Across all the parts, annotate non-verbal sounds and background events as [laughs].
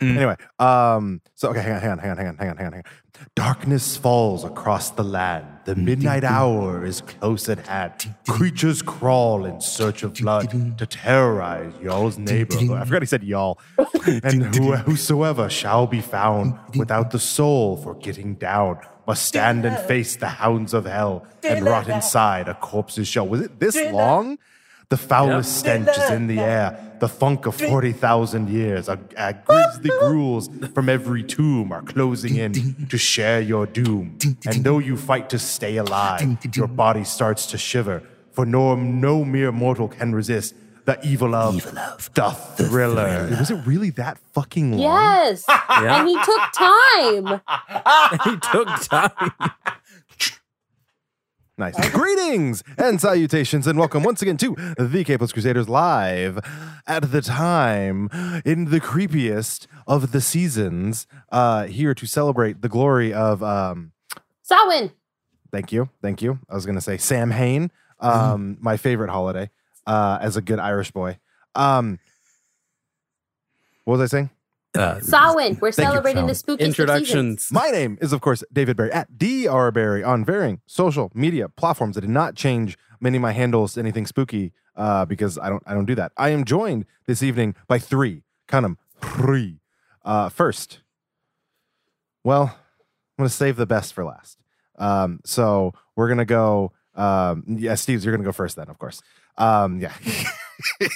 Anyway, um, so okay, hang on, hang on, hang on, hang on, hang on, hang on, hang on. Darkness falls across the land. The midnight hour is close at hand. Creatures crawl in search of blood to terrorize y'all's neighborhood. I forgot he said y'all. And who- whosoever shall be found without the soul for getting down must stand and face the hounds of hell and rot inside a corpse's shell. Was it this long? The foulest stench is in the air. The funk of 40,000 years. A, a grisly gruels from every tomb are closing in to share your doom. And though you fight to stay alive, your body starts to shiver, for no, no mere mortal can resist the evil of, the thriller. Was it really that fucking long? Yes. And he took time. he [laughs] took time. Nice. Greetings and salutations, and welcome once again to the Capeless Crusaders live at the time in the creepiest of the seasons. Uh, here to celebrate the glory of. Um, Samhain. thank you, thank you. I was going to say Sam Hain, um, my favorite holiday uh, as a good Irish boy. Um, what was I saying? Uh, Samhain. We're Thank you, celebrating the Samhain. spooky introductions. [laughs] My name is, of course, David Barry at DR Barry on varying social media platforms. I did not change many of my handles to anything spooky uh, because I don't I don't do that. I am joined this evening by three, count 'em, three. Uh, first, well, I'm gonna save the best for last. Um, so we're gonna go. Um, yeah, Steve's, you're gonna go first then, of course. Um, yeah, [laughs]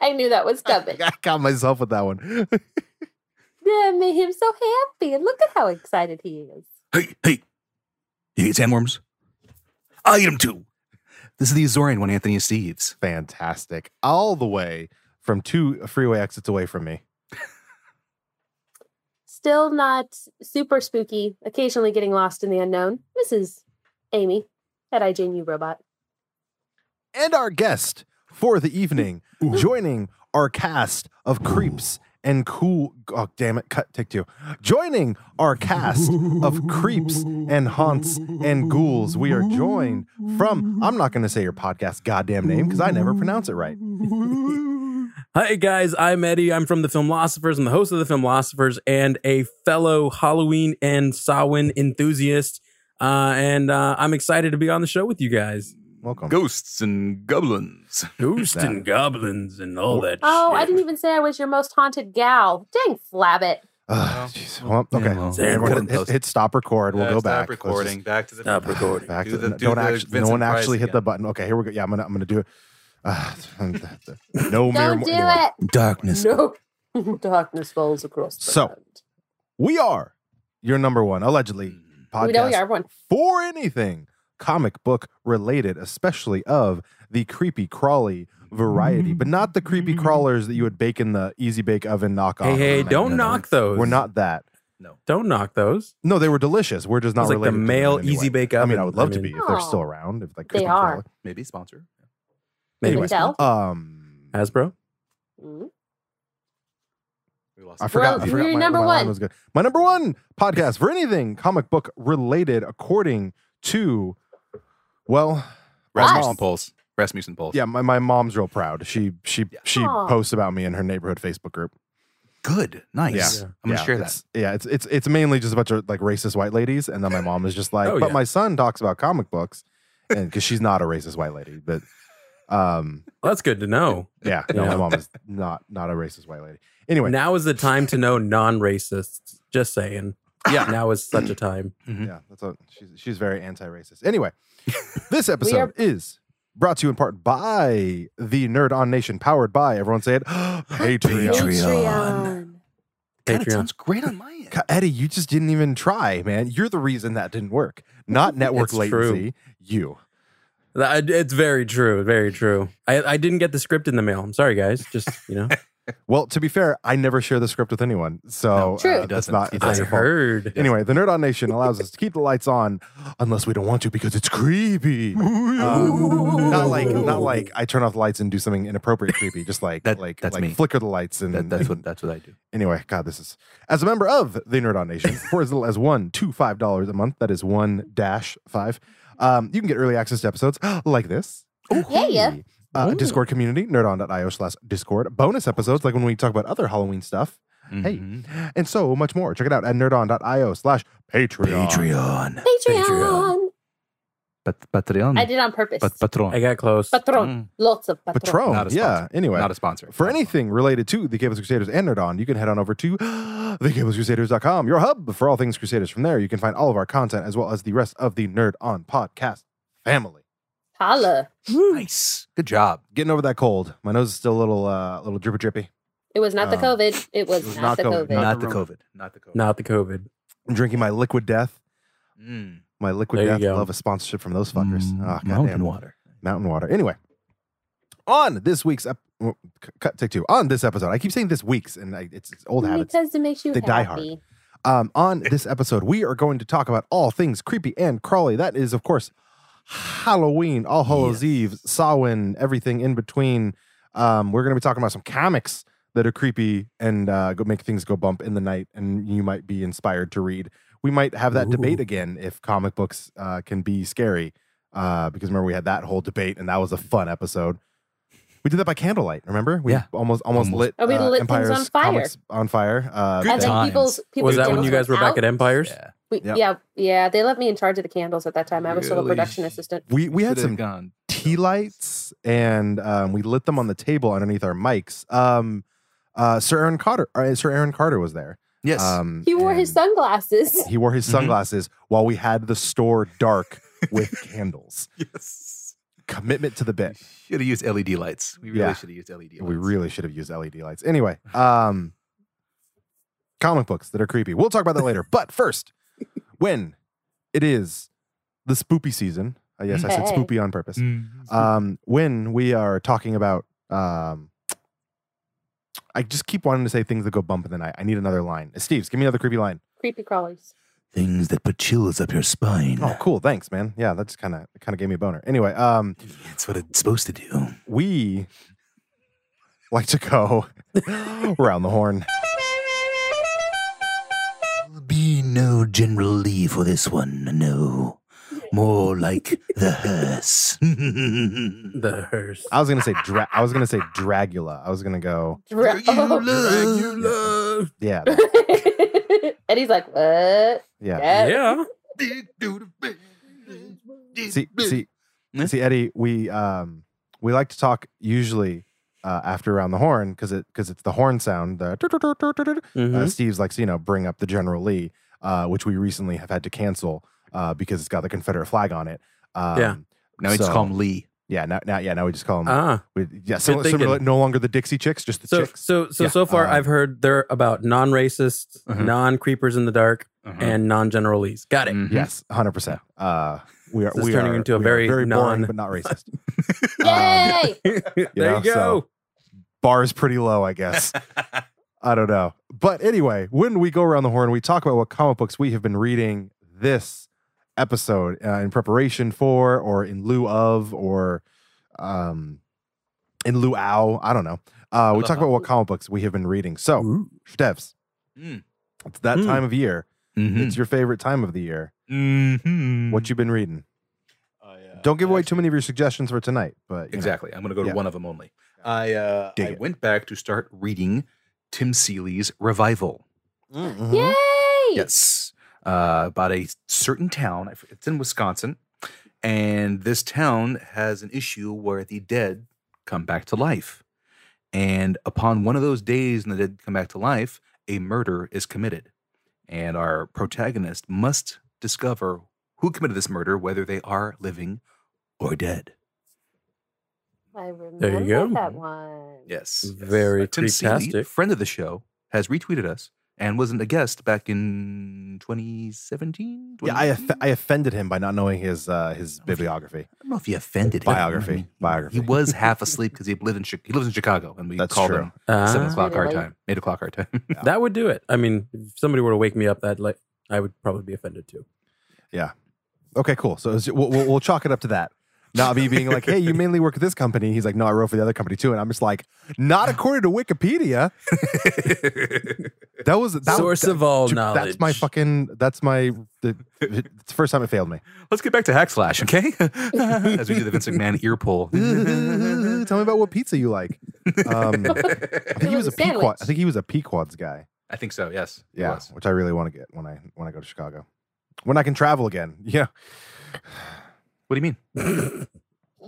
I knew that was [laughs] coming. I got myself with that one. That made him so happy. And look at how excited he is. Hey, hey. You eat sandworms? I eat them too. This is the Azorian one, Anthony and Steve's. Fantastic, all the way from two freeway exits away from me. Still not super spooky, occasionally getting lost in the unknown. This is Amy at IJNU Robot. and our guest for the evening, joining our cast of creeps and cool. Oh, damn it! Cut. Take two. Joining our cast [laughs] of creeps and haunts and ghouls, we are joined from. I'm not going to say your podcast goddamn name because I never pronounce it [laughs] right. Hi guys, I'm Eddie. I'm from the Filmlosophers. I'm the host of the Filmlosophers and a fellow Halloween and Samhain enthusiast. Uh, and uh, I'm excited to be on the show with you guys. Welcome. Ghosts and goblins. Ghosts and goblins and all that. Oh, shit. I didn't even say I was your most haunted gal. Dang flabbit. Oh, Ugh, jeez. Well, okay. well, Everyone couldn't hit, post- hit stop record. We'll Uh, go stop back. Let's just- Recording. Back to the. [laughs] Stop recording. Back Do to the- the, do don't the actually, no Vincent one Price actually hit again. the button. Okay, here we go. Yeah, I'm gonna I'm gonna do it. [laughs] Uh, no Don't mere. do anyway. it. [laughs] Darkness. No. Darkness falls across the So, land. We are your number one, allegedly, Hmm. podcast We know we are one. for anything comic book related, especially of the creepy crawly variety, but not the creepy crawlers that you would bake in the easy bake oven knockoff. Hey, hey, No, don't no, no. knock those. We're not that. Don't knock those. No, they were delicious. We're just not It's like related. the to them in male any way. Easy Bake I mean, Oven. I would love I to be mean- if they're Aw. still around. If Oh, like They creepy are. crawler. Maybe sponsor. Maybe. Anyways. Adele? Um, Hasbro? Mm. We lost I it. forgot. Well, I forgot you're my, number my line one. was good. My number one podcast for anything comic book related, according to, well, Us. Rasmussen Pulse. Rasmussen Pulse. yeah, my, my mom's real proud. She she Yeah. she Aw. posts about me in her neighborhood Facebook group. Good. Nice. Yeah. I'm going to Yeah, share that. it's- Yeah, it's it's it's mainly just a bunch of like racist white ladies, and then my mom is [laughs] just like, Oh, but yeah. my son talks about comic books, and because she's not a racist white lady, but um, Well, that's good to know. yeah, no, my Yeah. mom is not not a racist white lady. Anyway, Now is the time to know non racists. Just saying. Yeah. Now is such a time. Yeah, that's what she's she's very anti-racist. [laughs] Anyway, this episode is brought to you in part by the Nerd On Nation, powered by everyone say [gasps] it Patreon. Patreon. God, it Patreon. sounds great on my end. Ca- Eddie, you just didn't even try, man. You're the reason that didn't work. Not network It's true. latency. You. That- It's very true. Very true. I, I didn't get the script in the mail. I'm sorry, guys. Just, [laughs] you know, Well, to be fair, I never share the script with anyone, so No, True. uh, he that's doesn't. not He it's I not your fault. heard. Anyway, the Nerd On Nation allows us to keep the lights on unless we don't want to because it's [laughs] creepy. [laughs] Um, not like not like I turn off the lights and do something inappropriate creepy, just like That- like that's like me. flicker the lights and That, that's what that's what I do. anyway, God, this is as a member of the Nerd On [laughs] Nation for as little as one to five dollars a month. That is one dash five. Um, you can get early access to episodes [gasps] like this. Yeah, yeah. Uh, Ooh. Discord community, nerdon.io slash Discord. Bonus episodes like when we talk about other Halloween stuff Hey. Mhm. and so much more. Check it out at nerdon.io slash Patreon. Patreon. Patreon. Patreon. But Patreon. I did on purpose. But Patron. I got close. Patron. Mm. Lots of patron. Patron. Not a yeah. sponsor. Anyway. Not a sponsor. For anything related to the Cables Crusaders and Nerdon, you can head on over to [gasps] thecablescrusaders.com, your hub for all things Crusaders. From there, you can find all of our content as well as the rest of the Nerd On podcast family. Holla. Nice. Good job. Getting over that cold. My nose is still a little, uh, little drippy drippy. It was not the Um, COVID. It was, it was not, not the COVID, COVID. Not Not the the Roma. COVID. Not the COVID. Not the COVID. I'm drinking my liquid death. Mm. My liquid There you death. go. Love a sponsorship from those fuckers. Mm, Ah, goddamn. mountain water. Mountain water. Anyway, on this week's ep- well, c- cut take two. On this episode, I keep saying this week's, and I, it's it's Mm, old habits. because it makes you They happy. die hard. Um, on this episode, we are going to talk about all things creepy and crawly. That is, of course, Halloween, All Hallows Eve, Samhain, everything in between. Um, we're going to be talking about some comics that are creepy and uh, go make things go bump in the night, and you might be inspired to read. We might have that debate Ooh. again if comic books uh, can be scary, uh, because remember we had that whole debate, and that was a fun episode. We did that by candlelight. Remember, we Yeah. almost almost, Almost. lit, Oh, we uh, lit things Empire's on fire. comics on fire. Uh, Good And then times. people's, people's Was that when candles you guys were back out. at Empires? We, Yep. Yeah, yeah. They left me in charge of the candles at that time. I was still a Really? production assistant. we we had Should've some gone. tea lights and um, we lit them on the table underneath our mics. Um, uh, Sir Aaron Carter, uh, Sir Aaron Carter was there. Yes. [laughs] Um, He wore his and sunglasses. [laughs] He wore his Mhm. sunglasses while we had the store dark with candles. yes. Commitment to the bit. Should have used LED lights. We really Yeah. should have used LED lights. We really should have used LED lights. Anyway, um, comic books that are creepy. We'll talk about that later. But first, when it is the spoopy season, uh, yes, I said Hey. spoopy on purpose. Mm. um, when we are talking about um, i just keep wanting to say things that go bump in the night i need another line steve's give me another creepy line Creepy crawlies. Things that put chills up your spine. oh [laughs] cool thanks man yeah that just kind of kind of gave me a boner anyway um, That's what it's supposed to do. we like to go [laughs] around the horn Will be no General Lee for this one, no. More like the hearse. [laughs] The hearse. i was gonna say dra- i was gonna say dragula i was gonna go Dra- Dracula. yeah that- [laughs] and he's like, what? yeah Yeah. Yeah. see see Yeah. see eddie we um we like to talk usually uh, after around the horn because it because it's the horn sound the Mhm. uh, Steve's likes you know bring up the General Lee, uh, which we recently have had to cancel uh, because it's got the Confederate flag on it. Um, Yeah. Now we just So- call him Lee. yeah. Now, now, yeah. Now we just call them. Ah. we, yeah, similar, thinking. similar- no longer the Dixie Chicks, just the So Chicks. so so Yeah, so far um, Mm-hmm. I've heard they're about non-racists, Uh-huh. non-creepers in the dark, and non-generalese. Got [laughs] it. Mhm. Yes, hundred percent. Uh, we are mm-hmm. This is we turning are, into a we are very very boring non- but not [laughs] racist. Um, Yay! there know, you go. so- Bar is pretty low, I guess. Mm-hmm. [laughs] I don't know. But anyway, when we go around the horn, we talk about what comic books we have been reading this episode uh, in preparation for, or in lieu of, or um, in luau. I don't know. Uh, we talk about [laughs] what comic books we have been reading. So, Ooh. Stevs, Mm. it's that Mm. time of year. Mhm. It's mm-hmm. your favorite time of the year. Mhm. What you been reading? I, uh, Don't give I away actually- too many of your suggestions for tonight, but you know. [laughs] Exactly. I'm going to go to Yeah. one of them only. I uh, Dig I it. went back to start reading Tim Seeley's Revival. Mm-hmm. Mhm. Yay! Yes. Uh, about a certain town. I f- It's in Wisconsin. And this town has an issue where the dead come back to life. And upon one of those days when the dead come back to life, a murder is committed. And our protagonist must discover who committed this murder, whether they are living or dead. I remember you go. that one. Yes. Very Tim Seeley, creeptastic. friend of the show, has retweeted us and wasn't a guest back in 2017. Yeah, I, off- I offended him by not knowing his uh, his bibliography. I don't know if he offended him. Biography. He- Biography. He was half asleep because he lived in Chi- he lives in Chicago, and we That's called true. him seven Ah, o'clock our Really? time, eight o'clock [laughs] our time. that would do it. I mean, if somebody were to wake me up that late, I would probably be offended too. Okay, cool. So it's- we'll, we'll, we'll chalk it up to that. Not me being like, hey, you mainly work at this company. He's like, no, I wrote for the other company too. And I'm just like, not according to Wikipedia. That was that Source that- of all to- knowledge. That's my fucking. That's my. The, it's the first time it failed me. [laughs] Let's get back to Hack Slash, okay? [laughs] As we do the Vince McMahon ear pull. Tell me about what pizza you like. [laughs] Um, I think he was was a a sandwich. Pequod. I think he was a Pequod's guy. I think so, yes. it Yeah, was. which I really want to get when I when I go to Chicago, when I can travel again. [laughs] Yeah. What do you mean? [laughs]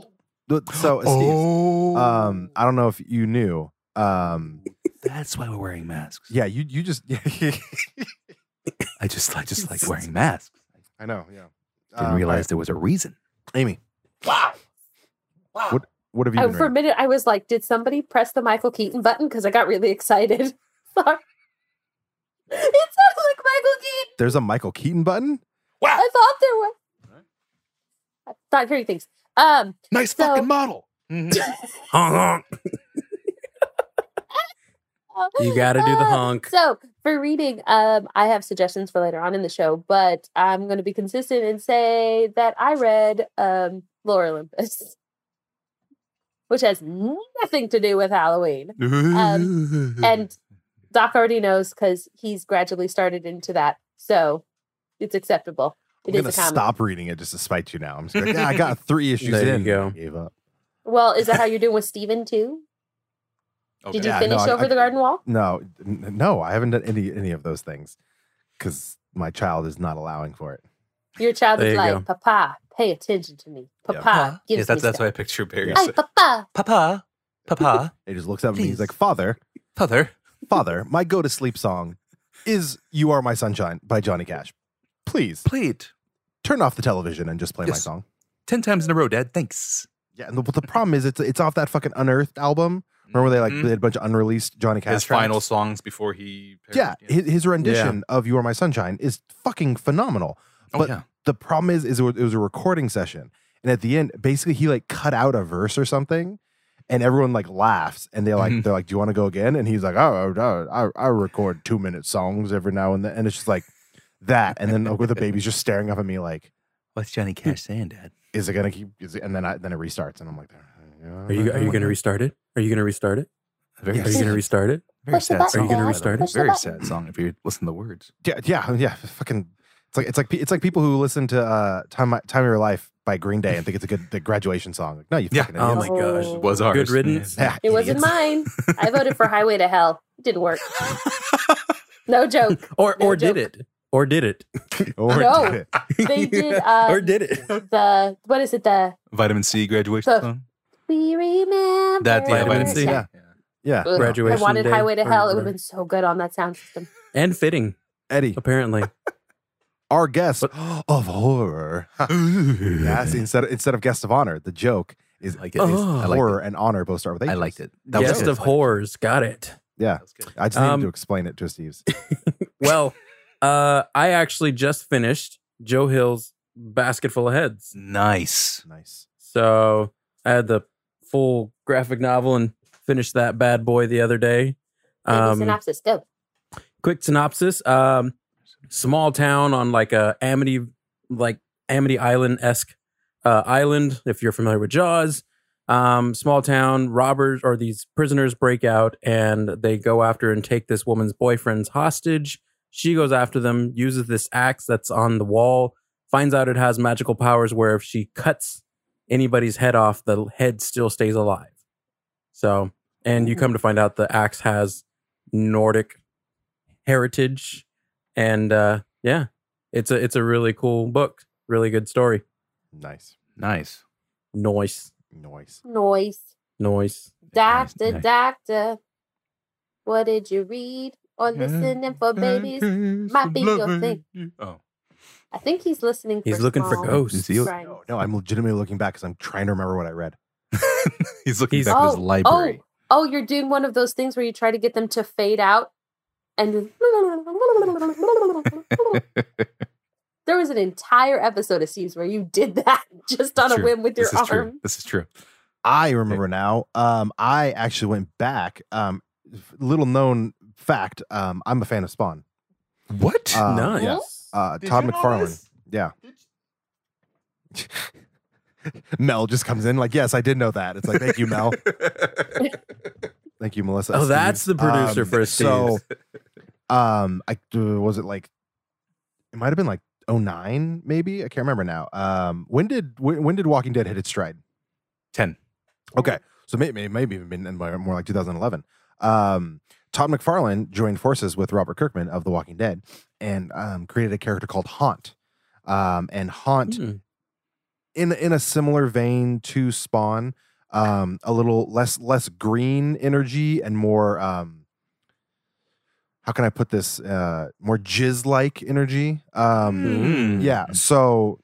But- So Uh, Steve, [gasps] Oh, um, I don't know if you knew. Um, that's why we're wearing masks. yeah, you you just. [laughs] I just, I just like wearing masks. I know. Yeah. Didn't Um, realize there was a reason. all right, Amy. Wow. Wow. What what have you I, been Oh, for a reading? minute, I was like, did somebody press the Michael Keaton button? Because I got really excited. [laughs] Sorry. It sounds like Michael Keaton. There's a Michael Keaton button. I thought there was. I thought hearing things. Um, Nice So- fucking model. Honk, honk. You got to do the uh, honk. So for reading, um, I have suggestions for later on in the show, but I'm going to be consistent and say that I read um, Lore Olympus, [laughs] which has nothing to do with Halloween. Mm-hmm. [laughs] Um, [laughs] and Doc already knows because he's gradually started into that, so it's acceptable. It I'm is gonna a comic. stop reading it just to spite you now. I'm just like, [laughs] yeah, I got three issues There you in. go. Gave up. Well, is that how you're doing with Steven too? Okay. Did you Yeah, no, finish I- Over I- the Garden Wall? No, n- no, I haven't done any any of those things because my child is not allowing for it. Your child There is you like, go. Papa, pay attention to me. Yeah. Papa, gives yes, that's, me that's why I picture Barry. stuff. Hey, Papa. Papa, Papa, He just looks up at me. He's Please. [laughs] like, "Father, Father. Father, my go to sleep song is "You Are My Sunshine" by Johnny Cash. Please Played turn off the television and just play my Yes. song." 10 times in a row, Dad. Thanks. Yeah, and the, but the problem is it's it's off that fucking Unearthed album. Remember they like Mhm. they had a bunch of unreleased Johnny Cash His tracks? final songs before he. Yeah, perished, his, his rendition of "You Are My Sunshine" is fucking phenomenal. Oh, but- yeah. the problem is, is it was, it was a recording session, and at the end, basically he like cut out a verse or something, and everyone like laughs, and they're like, Mhm. Mm-hmm. they're like, "Do you want to go again?" And he's like, "Oh, I, I, I record two minute songs every now and then," and it's just like that, and then with the baby's just staring up at me like, What's Johnny Cash saying, Dad? "Is it gonna keep?" Is it? And then I then it restarts, and I'm like, Are you are you going to restart it? Are you going to restart it? Very, Are you going to restart it? very Push the sad button, song. Are you gonna by the restart way. it? Push the Very button. sad song if you listen to the words. Yeah, yeah, yeah. Fucking, it's like it's like pe- it's like people who listen to uh, "Time Time of Your Life" by Green Day and think it's a good the graduation song. Like, no, you Yeah. fucking Oh idiots. my gosh. Oh. Was ours. Good riddance. Yeah, [laughs] It wasn't [laughs] idiots. mine. I voted for Highway to Hell. It didn't work. No [laughs] joke. Or No or did joke. it? Or did it? [laughs] Or No. did it? [laughs] They [laughs] did, uh, or did it? The what is it? The [laughs] Vitamin C graduation So- song. we remember. That yeah, Vitamin vitamin C. C. Yeah. Yeah. Ugh, Graduation I wanted day Highway to or Hell. It would have whatever. been so good on that sound system. And fitting, Eddie, apparently. our guest [gasps] of horror. yes, instead of, instead of guest of honor, the joke is I like it. Oh. I liked horror it. and honor both start with H's. I liked it. [laughs] That was Guest good. of horrors. Got it. Yeah, That was good. I just needed Um, to explain it to Steve's. [laughs] [laughs] Well, uh, I actually just finished Joe Hill's Basket Full of Heads. Nice. Nice. So I had the full graphic novel and finished that bad boy the other day. Maybe Um, synopsis. Oh, Go. quick synopsis um small town on like a amity like amity island-esque uh, island if you're familiar with jaws um small town robbers or these prisoners break out and they go after and take this woman's boyfriend's hostage she goes after them uses this axe that's on the wall finds out it has magical powers where if she cuts anybody's head off the head still stays alive so and you come to find out the axe has nordic heritage and uh yeah it's a it's a really cool book really good story Nice. Nice. noise Noise. Noise. noise Doctor, nice. doctor. What did you read or listening for babies? might be your thing. Oh. I think he's listening. he's for looking for small ghosts Zeal- crimes. No, no, I'm legitimately looking back because I'm trying to remember what I read. [laughs] He's looking He's- back at his Oh, library. Oh, you're doing one of those things where you try to get them to fade out and [laughs] there was an entire episode of Seas where you did that [laughs] just on It's a true. whim with your this is true. arm. This is true. I remember now. Um, I actually went back. Um, f- little known fact. Um, I'm a fan of Spawn. What? Uh, nice Yeah. Uh, Todd McFarlane. Yeah. Mel just comes in like, yes, I did know that. It's like, thank you, [laughs] [laughs] Mel. thank you, Melissa. Oh, Steve. that's the producer Um, for So, Steve's. um, I uh, was it like, it might have been like 09, maybe. I can't remember now. Um, when did when, when did Walking Dead hit its stride? 10. Okay, so maybe maybe even been in more more like 2011. Um, Todd McFarlane joined forces with Robert Kirkman of The Walking Dead and um, created a character called Haunt. Um, and Haunt Hmm. in in a similar vein to Spawn, um, a little less less green energy and more um, how can I put this uh, more jizz like energy. Um, Mm. Yeah, so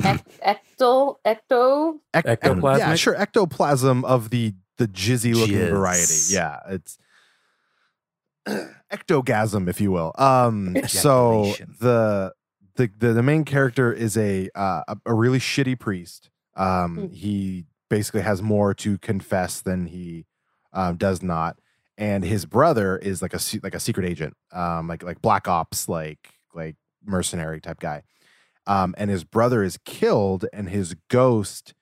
Ecto, ecto. ec- ec- yeah, Ectoplasmic? sure, ectoplasm of the the jizzy looking Jizz. variety. Yeah, it's ectogasm, if you will. Um, so Ejaculation. the, the the the main character is a uh, a, a really shitty priest. Um, Mm. he basically has more to confess than he um, does not, and his brother is like a se- like a secret agent, um, like like black ops, like like mercenary type guy. Um, and his brother is killed, and his ghost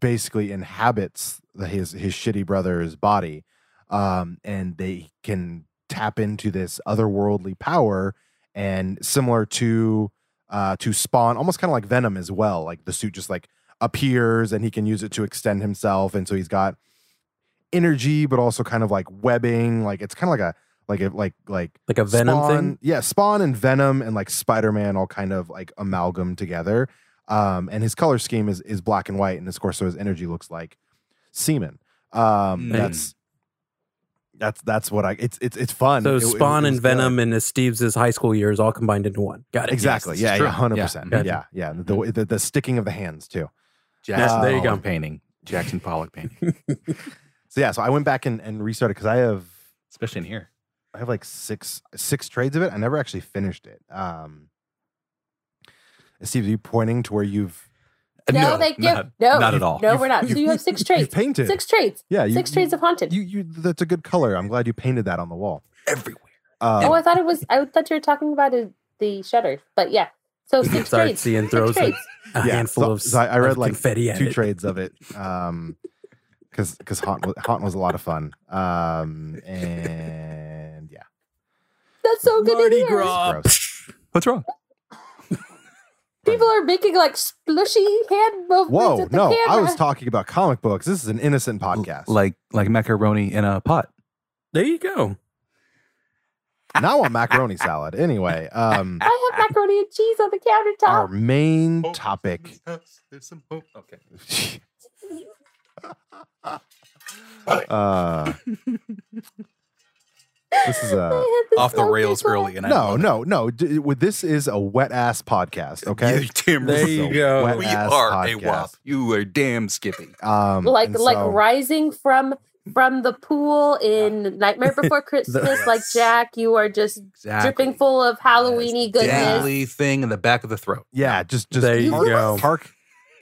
basically inhabits the, his his shitty brother's body, um, and they can tap into this otherworldly power, and similar to uh, to Spawn, almost kind of like Venom as well. Like the suit just like appears, and he can use it to extend himself, and so he's got energy, but also kind of like webbing. Like it's kind of like a like a like like Like a venom Spawn, thing. Yeah, Spawn and Venom and like Spider Man all kind of like amalgam together. Um, and his color scheme is is black and white, and of course, so his energy looks like semen. Um, Mm. Hmm. that's that's that's what I. It's it's it's fun. So It- it- it Spawn was and good. Venom and Steve's his high school years all combined into one. Got it. Exactly. it's Yeah. true. Yeah. Hundred percent. Yeah. Hmm. Yeah. Yeah. The, the the sticking of the hands too. Jackson there you Pollock go. Painting. Jackson Pollock painting. [laughs] So yeah. So I went back and and restarted because I have Especially in here. I have like six six trades of it. I never actually finished it. Um, Steve, are you pointing to where you've No, thank you. not- no, not at all. No, You've- we're not. So you've- you have six You've traits. painted. Six traits. yeah, you, Six traits of haunted. You, you, that's a good color. I'm glad you painted that on the wall. Everywhere. Um, [laughs] oh, I thought it was. I thought you were talking about it, the shutter, but yeah. [laughs] So He six starts traits. seeing Six throws traits. A Yeah, handful so- of, so I- I read, of like, confetti at two it. trades of it. Um, because because haunt was, haunt was a lot of fun. Um, and yeah, That's so good to Mardi hear. Gras. [laughs] What's wrong? People are making like splushy hand movements whoa, at the no, camera. I was talking about comic books. This is an innocent podcast. Like [laughs] like macaroni in a pot. There you go. now on macaroni salad. Anyway, um, I have macaroni and cheese on the our [laughs] countertop. main Oh. topic. Oh, [laughs] [laughs] There's some hope. Okay. [laughs] uh, [laughs] this is uh, a I had this Off the so rails big early. And I no, love it. no, no. D- with- this is a wet ass podcast. Okay, [laughs] You damn There right. you a go. wet We ass are podcast. a wop. You are damn skippy. Um, like and like so- rising from from the pool in [laughs] Nightmare Before Christmas, like Yes. Jack, you are just Exactly. dripping full of Halloweeny goodness. Deadly thing in the back of the throat. Yeah, just just There you park, go. park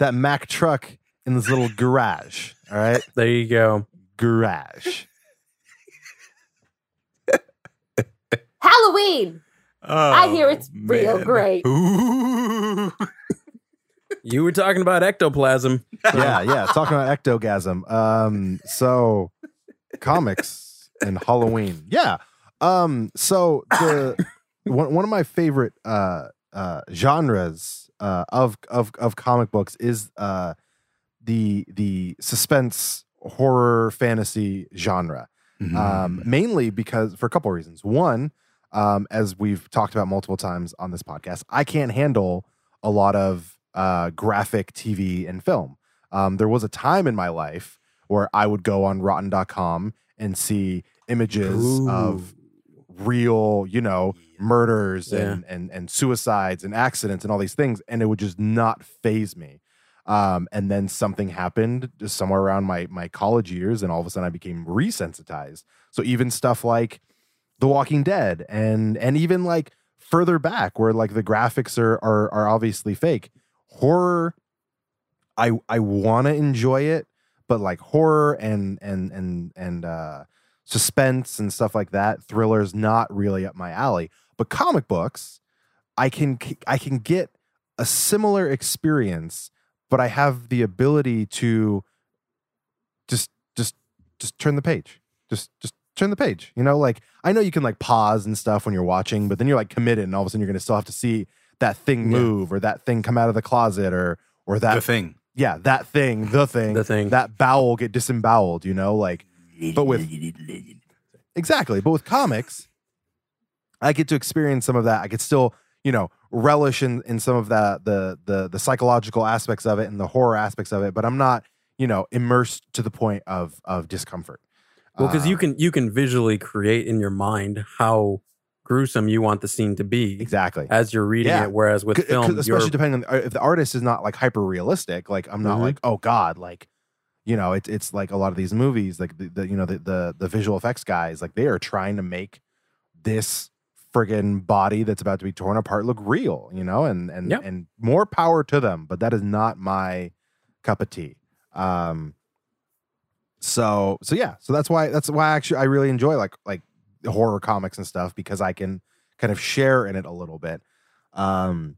that Mack truck in this little garage. All right, There you go. garage. Halloween. I hear it's Oh, real [laughs] great. Ooh. You were talking about ectoplasm. Yeah, yeah. Talking about ectogasm. Um, so comics and Halloween. Yeah. Um, so the [coughs] one one of my favorite uh uh genres uh of of of comic books is uh the the suspense horror fantasy genre Mm-hmm. um, mainly because for a couple of reasons. One, um, as we've talked about multiple times on this podcast, I can't handle a lot of uh, graphic TV and film. Um, there was a time in my life where I would go on Rotten.com and see images of real, you know, murders and, and and suicides and accidents and all these things, and it would just not phase me. Um, and then something happened just somewhere around my my college years, and all of a sudden I became resensitized. So even stuff like The Walking Dead and and even like further back where like the graphics are are, are obviously fake horror. I I want to enjoy it, but like horror and and and and uh, suspense and stuff like that, thrillers not really up my alley. But comic books, I can I can get a similar experience but I have the ability to just just just turn the page. Just just turn the page. You know, like I know you can like pause and stuff when you're watching, but then you're like committed and all of a sudden you're gonna still have to see that thing Yeah. move or that thing come out of the closet or or the that thing. yeah, that thing, the thing, The thing. that bowel get disemboweled, you know, like but with exactly, but with comics, I get to experience some of that. I could still, you know, relish in in some of that the the the psychological aspects of it and the horror aspects of it, but I'm not, you know, immersed to the point of of discomfort. Well, because you Um, can you can visually create in your mind how gruesome you want the scene to be exactly. as you're reading Yeah. it. Whereas with C- c- film, especially you're depending on the, ar- if the artist is not like hyper realistic like i'm not Mhm. like oh god like you know it's it's like a lot of these movies like the, the you know the, the the visual effects guys like they are trying to make this friggin body that's about to be torn apart look real you know and and Yep. and more power to them but that is not my cup of tea um so so yeah so that's why that's why actually i really enjoy like like horror comics and stuff because i can kind of share in it a little bit um,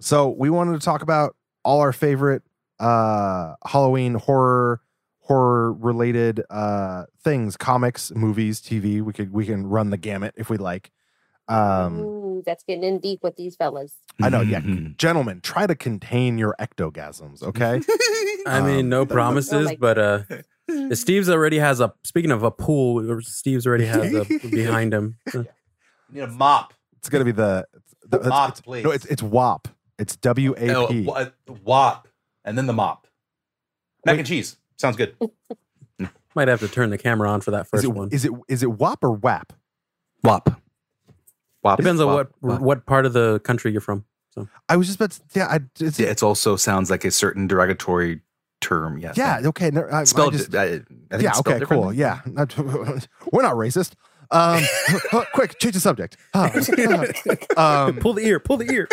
so we wanted to talk about all our favorite uh Halloween horror horror related uh things, comics, movies, TV. We could we can run the gamut if we like. Um Ooh, that's getting in deep with these fellas. I know, yeah. gentlemen, try to contain your ectogasms, [laughs] okay? Mm-hmm. [laughs] I mean, um, no Oh my promises, but uh, It's Steve's already has a. Speaking of a pool, Steve's already [laughs] has a behind him. need a mop. it's gonna be the, the it's- Mop, it's- please. No, it's it's WAP. It's W A Oh, P. wop, and then the mop. Mac Wait. and cheese sounds good. Might have to turn the camera on for that Is first it, one. is it is it WAP or WAP? Wop. Wop. Depends on what wop, wop. what part of the country you're from. I was just about to, yeah, I, it's, Yeah, it's also sounds like a certain derogatory term. Yes. yeah, okay. No, I, I It's spelled. just- I, I think it's yeah. spelled Okay. Cool. differently. Yeah. [laughs] Not- We're not racist. Um, [laughs] quick, change the subject. [laughs] Huh. um, pull the ear, pull the [laughs] ear.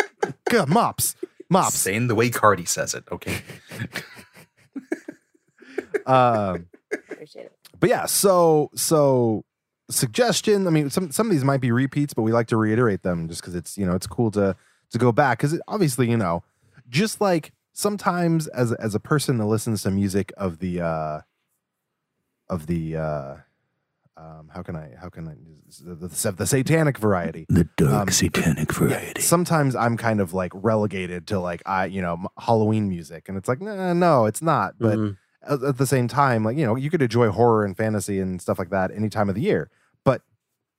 good, mops, mops. Saying the way Cardi says it. Okay. Um, appreciate it. but yeah. So so suggestion. I mean, some some of these might be repeats, but we like to reiterate them just because it's you know it's cool to to go back because obviously you know just like sometimes as as a person that listens to music of the uh of the uh um how can i how can i the, the, the satanic variety The dark satanic Um, Yeah, sometimes I'm kind of like relegated to like I, you know, m- Halloween music, and it's like, nah, no, it's not. But Mhm. at, at the same time, like you know, you could enjoy horror and fantasy and stuff like that any time of the year. But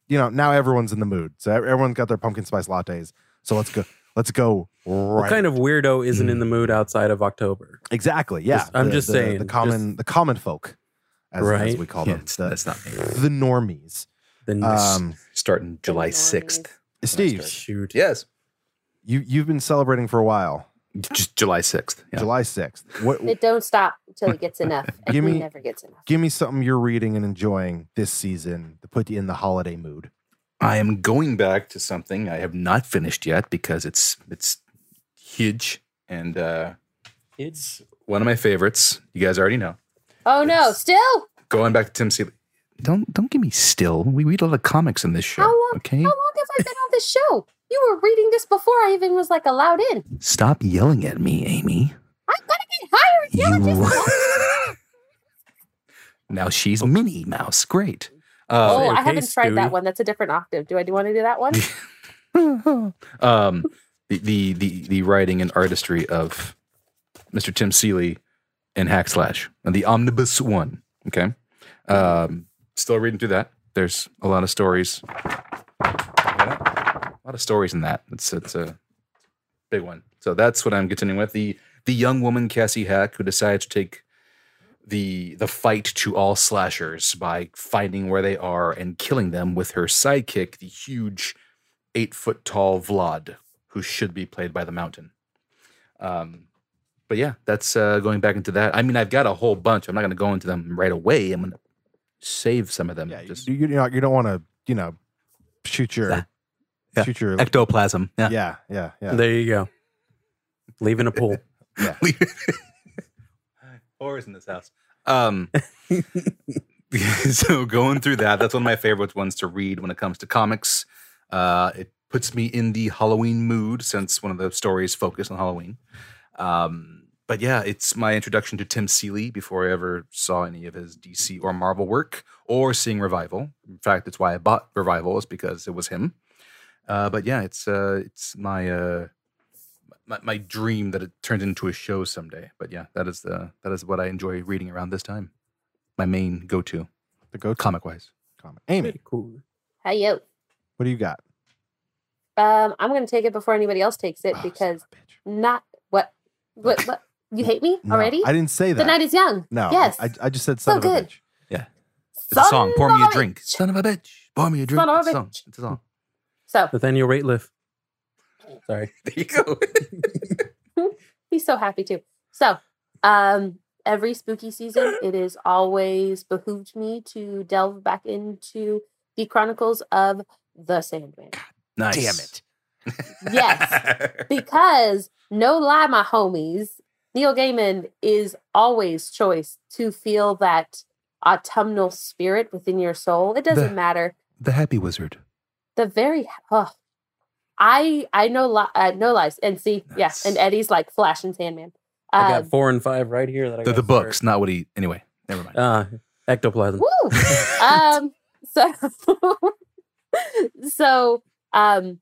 you know, now everyone's in the mood, so ev- everyone's got their pumpkin spice lattes. So let's go, let's go. Right. What kind of weirdo isn't in Mm. the mood outside of October? exactly? Yeah, Just- I'm the- just the- saying, the just- common, the common folk, as, as Right. we call Yeah, them, it's, the, that's not me. the normies. Then Um, Starting July Illinois. sixth. Steve, shoot. Yes. you you've been celebrating for a while, Just July sixth. Yeah. July sixth. What? It don't stop until it gets [laughs] enough. And Gimme- he never gets enough. give me something you're reading and enjoying this season to put you in the holiday mood. I am going back to something I have not finished yet because it's it's huge and uh, it's one of my favorites. You guys already know. Oh no, Yes. still? Going back to Tim Seeley. Don't don't give me still. We read a lot of comics in this show. How long- okay, How long have I been on this show? You were reading this before I even was like allowed in. stop yelling at me, Amy. I'm gonna get hired. Y'all You- [laughs] just now she's Minnie Mouse. Great. Uh, [laughs] Oh, okay, I haven't tried Stewie. that one. That's a different octave. Do I do want to do that [laughs] one? um, the, the the the writing and artistry of Mr. Tim Seeley and Hack Slash and the Omnibus One. Okay, um, still reading through that. There's a lot of stories. A lot of stories in that. It's it's a big one. So that's what I'm continuing with the the young woman Cassie Hack who decides to take the the fight to all slashers by finding where they are and killing them with her sidekick, the huge eight foot tall Vlad, who should be played by the Mountain. Um, but yeah, that's uh, going back into that. I mean, I've got a whole bunch. I'm not going to go into them right away. I'm going to save some of them. Yeah, just you, you know you don't want to you know shoot your Yeah. Yeah. shoot your ectoplasm. Yeah. yeah yeah yeah. There you go. Leaving a pool. [laughs] Horrors in this house. [laughs] Um, so going through that, that's one of my favorite ones to read when it comes to comics. Uh, it puts me in the Halloween mood since one of the stories focus on Halloween. Um, but but yeah, it's my introduction to Tim Seeley before I ever saw any of his DC or Marvel work or seeing Revival. In fact, that's why I bought Revival is because it was him. Uh, but yeah, it's uh, it's my, uh, my my dream that it turned into a show someday. But yeah, that is the that is what I enjoy reading around this time. My main go to The go comic. comic wise. Amy, cool. Hey yo. what do you got? Um, I'm gonna take it before anybody else takes it Oh, son of because a bitch. not what what what you hate me No, already? I didn't say that. the night is young. no, Yes. I, I just said So son of a good. bitch. It's a song. Pour me Son a of drink. Son of a bitch. Pour me a drink. Son of a It's song. bitch. It's a song. [laughs] So Nathaniel Rateliff. Sorry. There you [laughs] go. he's so happy too. So um every spooky season it is always behooved me to delve back into the chronicles of the Sandman. nice. Damn it. Yes. because no lie, my homies, Neil Gaiman is always choice to feel that autumnal spirit within your soul. It doesn't The- matter. [laughs] the Happy Wizard. The very oh, I I know li- uh, no lies and see yeah, and Nice. Eddie's like Flash and Sandman. I Uh, got four and five right here. That I The, gotta the books, start. not what he. Anyway, never mind. [laughs] Uh, ectoplasm. woo! um so [laughs] so um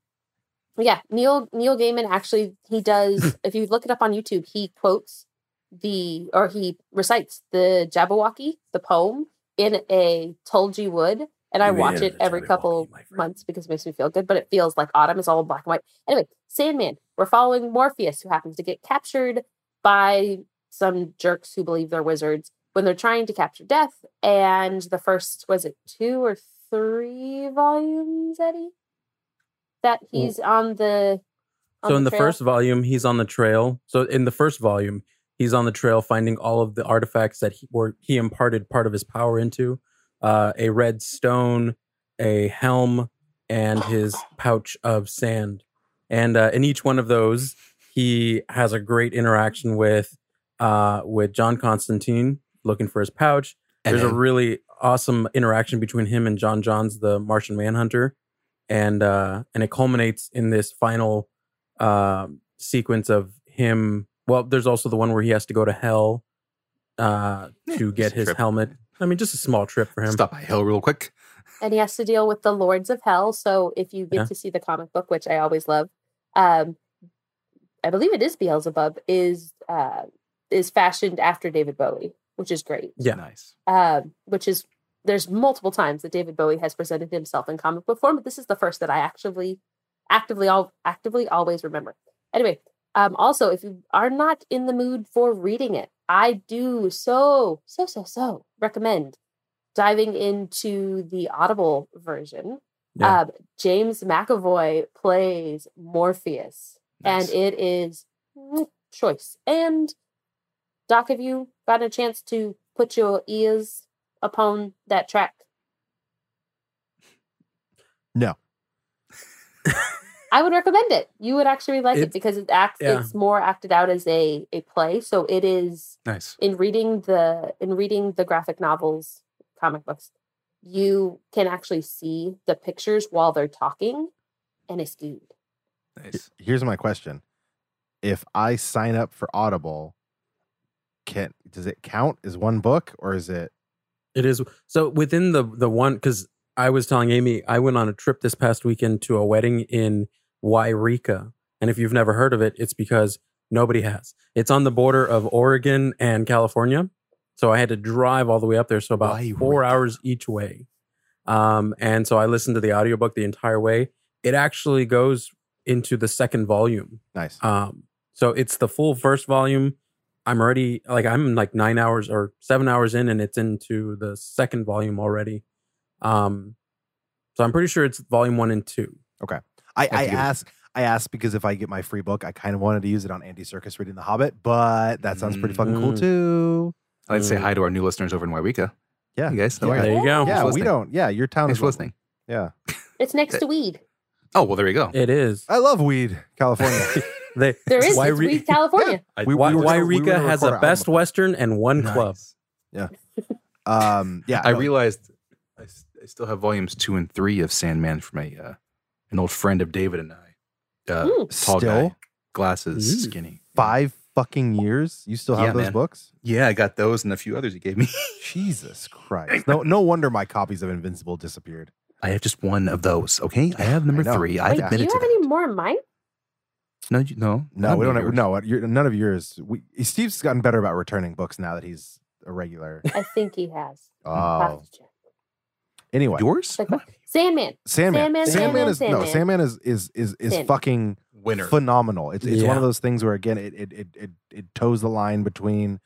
yeah neil neil gaiman actually he [laughs] does if you look it up on youtube he quotes the or he recites the jabberwocky the poem in a told you would and i You watch is it a every couple Jabberwocky, my friend. months because it makes me feel good but it feels like autumn is all in black and white anyway sandman we're following morpheus who happens to get captured by some jerks who believe they're wizards when they're trying to capture death. And the first was it two or three volumes, Eddie, that he's on the. on Hmm. So in the trail? first volume, he's on the trail. So in the first volume, he's on the trail finding all of the artifacts that he were he imparted part of his power into, uh, a red stone, a helm, and his pouch of sand. And uh, in each one of those, he has a great interaction with uh, with John Constantine looking for his pouch. And There's a then- really awesome interaction between him and John Johns, the Martian Manhunter, and uh, and it culminates in this final uh, sequence of him. Well, there's also the one where he has to go to hell uh, Yeah, to just get a his trip. helmet. I mean, just a small trip for him. Stop by hell real quick. And he has to deal with the Lords of Hell. So if you get Yeah. to see the comic book, which I always love, um, I believe it is Beelzebub, is uh, is fashioned after David Bowie, which is great. Yeah. Nice. um, which is there's multiple times that David Bowie has presented himself in comic book form, but this is the first that I actively, actively, all actively always remember. Anyway, um, also if you are not in the mood for reading it, I do so so so so recommend diving into the Audible version. Yeah. Um, James McAvoy plays Morpheus nice. and it is choice. And Doc, have you gotten a chance to put your ears upon that track? No. I would recommend it. You would actually like it, It's- because it acts yeah. it's more acted out as a a play. So it is nice. in reading the in reading the graphic novels, comic books, you can actually see the pictures while they're talking and it's good. Nice. Here's my question: If I sign up for Audible, can does it count as one book or is it? It is so within the the one because I was telling Amy I went on a trip this past weekend to a wedding in Wairika, and if you've never heard of it, it's because nobody has. It's on the border of Oregon and California, so I had to drive all the way up there, so about four Wairika. hours each way. Um, and so I listened to the audiobook the entire way. It actually goes into the second volume, Nice. um, so it's the full first volume. I'm already like I'm like nine hours or seven hours in, and it's into the second volume already. Um, so I'm pretty sure it's volume one and two. I, have I to give it- asked. I asked because if I get my free book, I kind of wanted to use it on Andy Circus reading The Hobbit, but that sounds pretty fucking Mm-hmm. cool Mm. too. I'd like to say Mm. hi to our new listeners over in Wairika. Yeah. You guys. How Yeah. are you? There you Oh, go. Yeah, we listening. don't. Yeah, your town Thanks is for one. listening. Yeah, It's next to weed. Oh, well, there you go. It is. I love weed, California. [laughs] [laughs] [laughs] They, Uh, There is Why it's re- weed, California. We- Why, we were gonna- we were Wairika gonna has record a our Best album. Western and one club. Nice. um, [laughs] yeah, I no, realized I, s- I still have volumes two and three of Sandman from a uh, an old friend of David and I. Uh, Mm. Tall Still? guy, glasses, Ooh. skinny. five fucking years? You still have Yeah, those man. books? Yeah, I got those and a few others he gave me. [laughs] Jesus Christ. No no wonder my copies of Invincible disappeared. I have just one of those. Okay, I have number I know. three. I I've Wait, Yeah. do admitted you to have that. any more in mind? No, you, no, No, we don't have have, no, you're, none of yours. We, Steve's gotten better about returning books now that he's a [laughs] regular. I think he [laughs] has. I'll have Oh. to check. Anyway, Yours? Check [laughs] back. Sandman. [laughs] Sandman. Sandman, Sandman, is no, Sandman. Sandman is is is is Sandman. fucking Winner. phenomenal. It's it's one of Yeah. those things where again it it it it, it toes the line between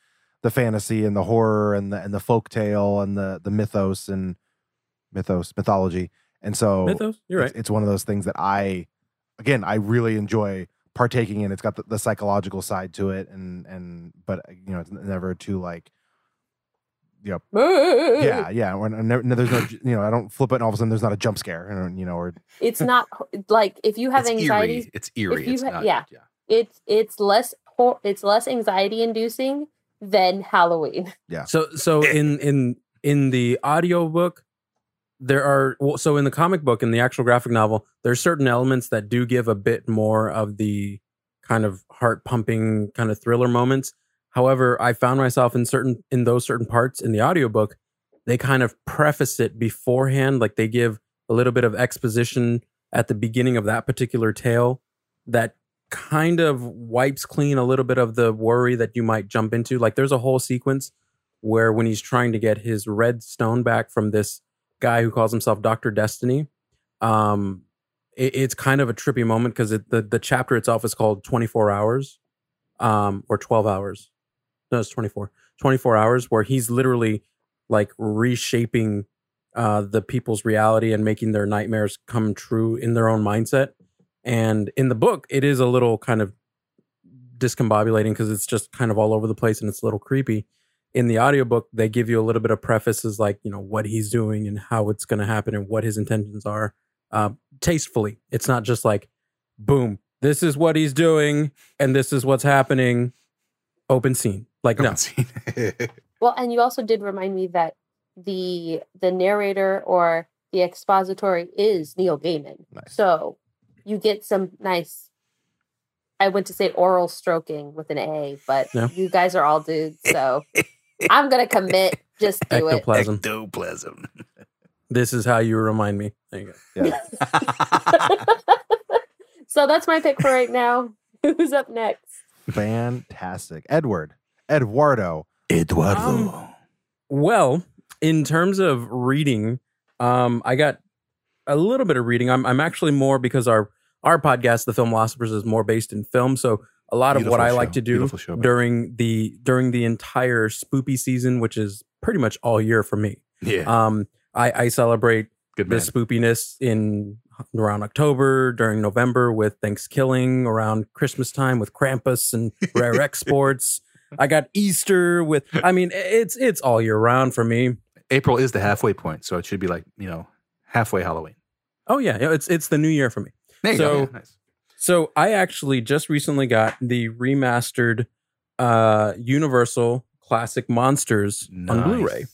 the fantasy and the horror and the and the folk tale and the the mythos and mythos mythology. And so Mythos, you're Oh, it's, right. it's one of those things that I again I really enjoy partaking in. It's got the, the psychological side to it and and but you know it's never too like yeah yeah we're never, there's no you know I don't flip it and all of a sudden there's not a jump scare and you know [laughs] or [laughs] It's not like if you have it's anxiety, eerie. It's eerie. you It's ha- not, yeah. it's it's less hor- it's less anxiety inducing than Halloween. So so in in in the audio book, there are well, so in the comic book in the actual graphic novel, there are certain elements that do give a bit more of the kind of heart pumping kind of thriller moments. However, I found myself in certain in those certain parts in the audiobook, they kind of preface it beforehand, like they give a little bit of exposition at the beginning of that particular tale that kind of wipes clean a little bit of the worry that you might jump into. Like there's a whole sequence where when he's trying to get his red stone back from this guy who calls himself Doctor Destiny, um, it- it's kind of a trippy moment because the the chapter itself is called Twenty Four Hours, um, or Twelve Hours. No, it's 24. 24 hours where he's literally like reshaping uh, the people's reality and making their nightmares come true in their own mindset. And in the book, it is a little kind of discombobulating because it's just kind of all over the place and it's a little creepy in the audiobook they give you a little bit of prefaces like you know what he's doing and how it's going to happen and what his intentions are uh, tastefully it's not just like boom this is what he's doing and this is what's happening open scene like no no. Well, and you also did remind me that the the narrator or the expository is Neil Gaiman. Nice. So you get some nice I went to say oral stroking with an A, but Yeah. you guys are all dudes, [laughs] so I'm gonna commit. Just do it. ectoplasm Ectoplasm. [laughs] this is how you remind me there you go [laughs] so that's my pick for right now. [laughs] Who's up next? fantastic Edward Eduardo Eduardo. Um, Well, in terms of reading, um, I got a little bit of reading. I'm, I'm actually more because our our podcast, The Film Philosophers, is more based in film. So a lot of what Beautiful I show. like to do Beautiful show, man. during the during the entire spoopy season, which is pretty much all year for me. yeah. Um, I, I celebrate good the man. spoopiness in around October, during November with Thanksgiving, around Christmas time with Krampus and [laughs] rare exports. I got Easter with. I mean, it's it's all year round for me. April is the halfway point, so it should be like, you know, halfway Halloween. Oh yeah, yeah, it's it's the new year for me. There you So- go. Yeah, nice. So I actually just recently got the remastered uh Universal Classic Monsters on Nice. Blu-ray.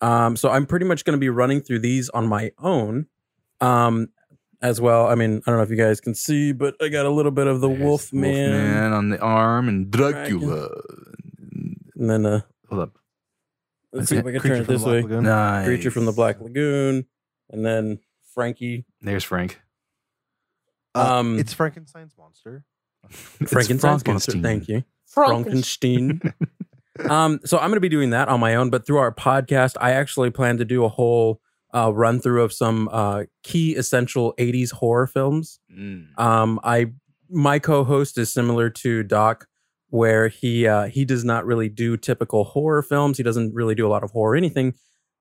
Um, so I'm pretty much going to be running through these on my own um, as well. I mean, I don't know if you guys can see, but I got a little bit of the There's wolf man, Wolfman on the arm and Dragon. Dracula. and then uh, Hold up. let's see if I can Creature turn it from this the Black way. Lagoon. Nice. Creature from the Black Lagoon, and then Frankie. There's Frank. Uh, um, it's Frankenstein's monster. It's Frankenstein's monster. Frankenstein. Thank you. Frankenstein. [laughs] [laughs] Frankenstein. um, so I'm going to be doing that on my own, but through our podcast, I actually plan to do a whole uh, run through of some uh, key essential 80s horror films. Mm. Um, I my co-host is similar to Doc, where he uh, he does not really do typical horror films. He doesn't really do a lot of horror anything,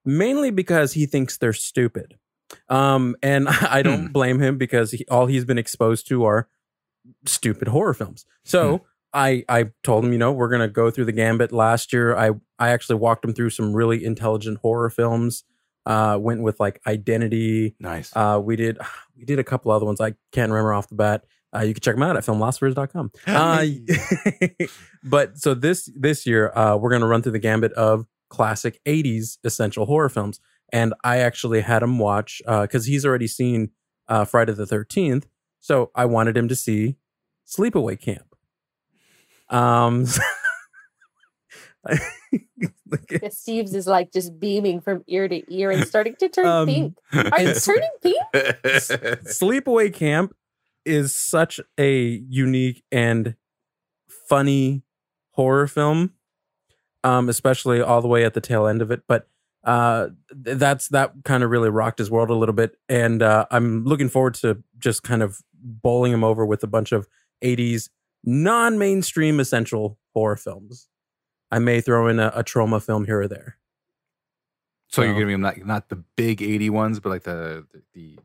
mainly because he thinks they're stupid. Um, and [laughs] I don't blame him because he, all he's been exposed to are stupid horror films. So I I told him, you know, we're gonna go through the gambit. Last year, I I actually walked him through some really intelligent horror films. Uh, went with like Identity. Nice. Uh, we did [sighs] we did a couple other ones I can't remember off the bat. Uh, you can check them out at filmlosophers.com. Uh, [laughs] but so this this year uh, we're going to run through the gambit of classic 80s essential horror films and I actually had him watch because he's already seen uh, Friday the 13th so I wanted him to see Sleepaway Camp. Um, Yeah, Steve's is like just beaming from ear to ear and starting to turn Um, pink. Are you it's- turning pink? Sleepaway Camp is such a unique and funny horror film, um, especially all the way at the tail end of it. But uh, th- that's that kind of really rocked his world a little bit, and uh, I'm looking forward to just kind of bowling him over with a bunch of '80s non-mainstream essential horror films. I may throw in a, a trauma film here or there. [laughs] So you're So- giving him not not the big eighty ones, but like the the, the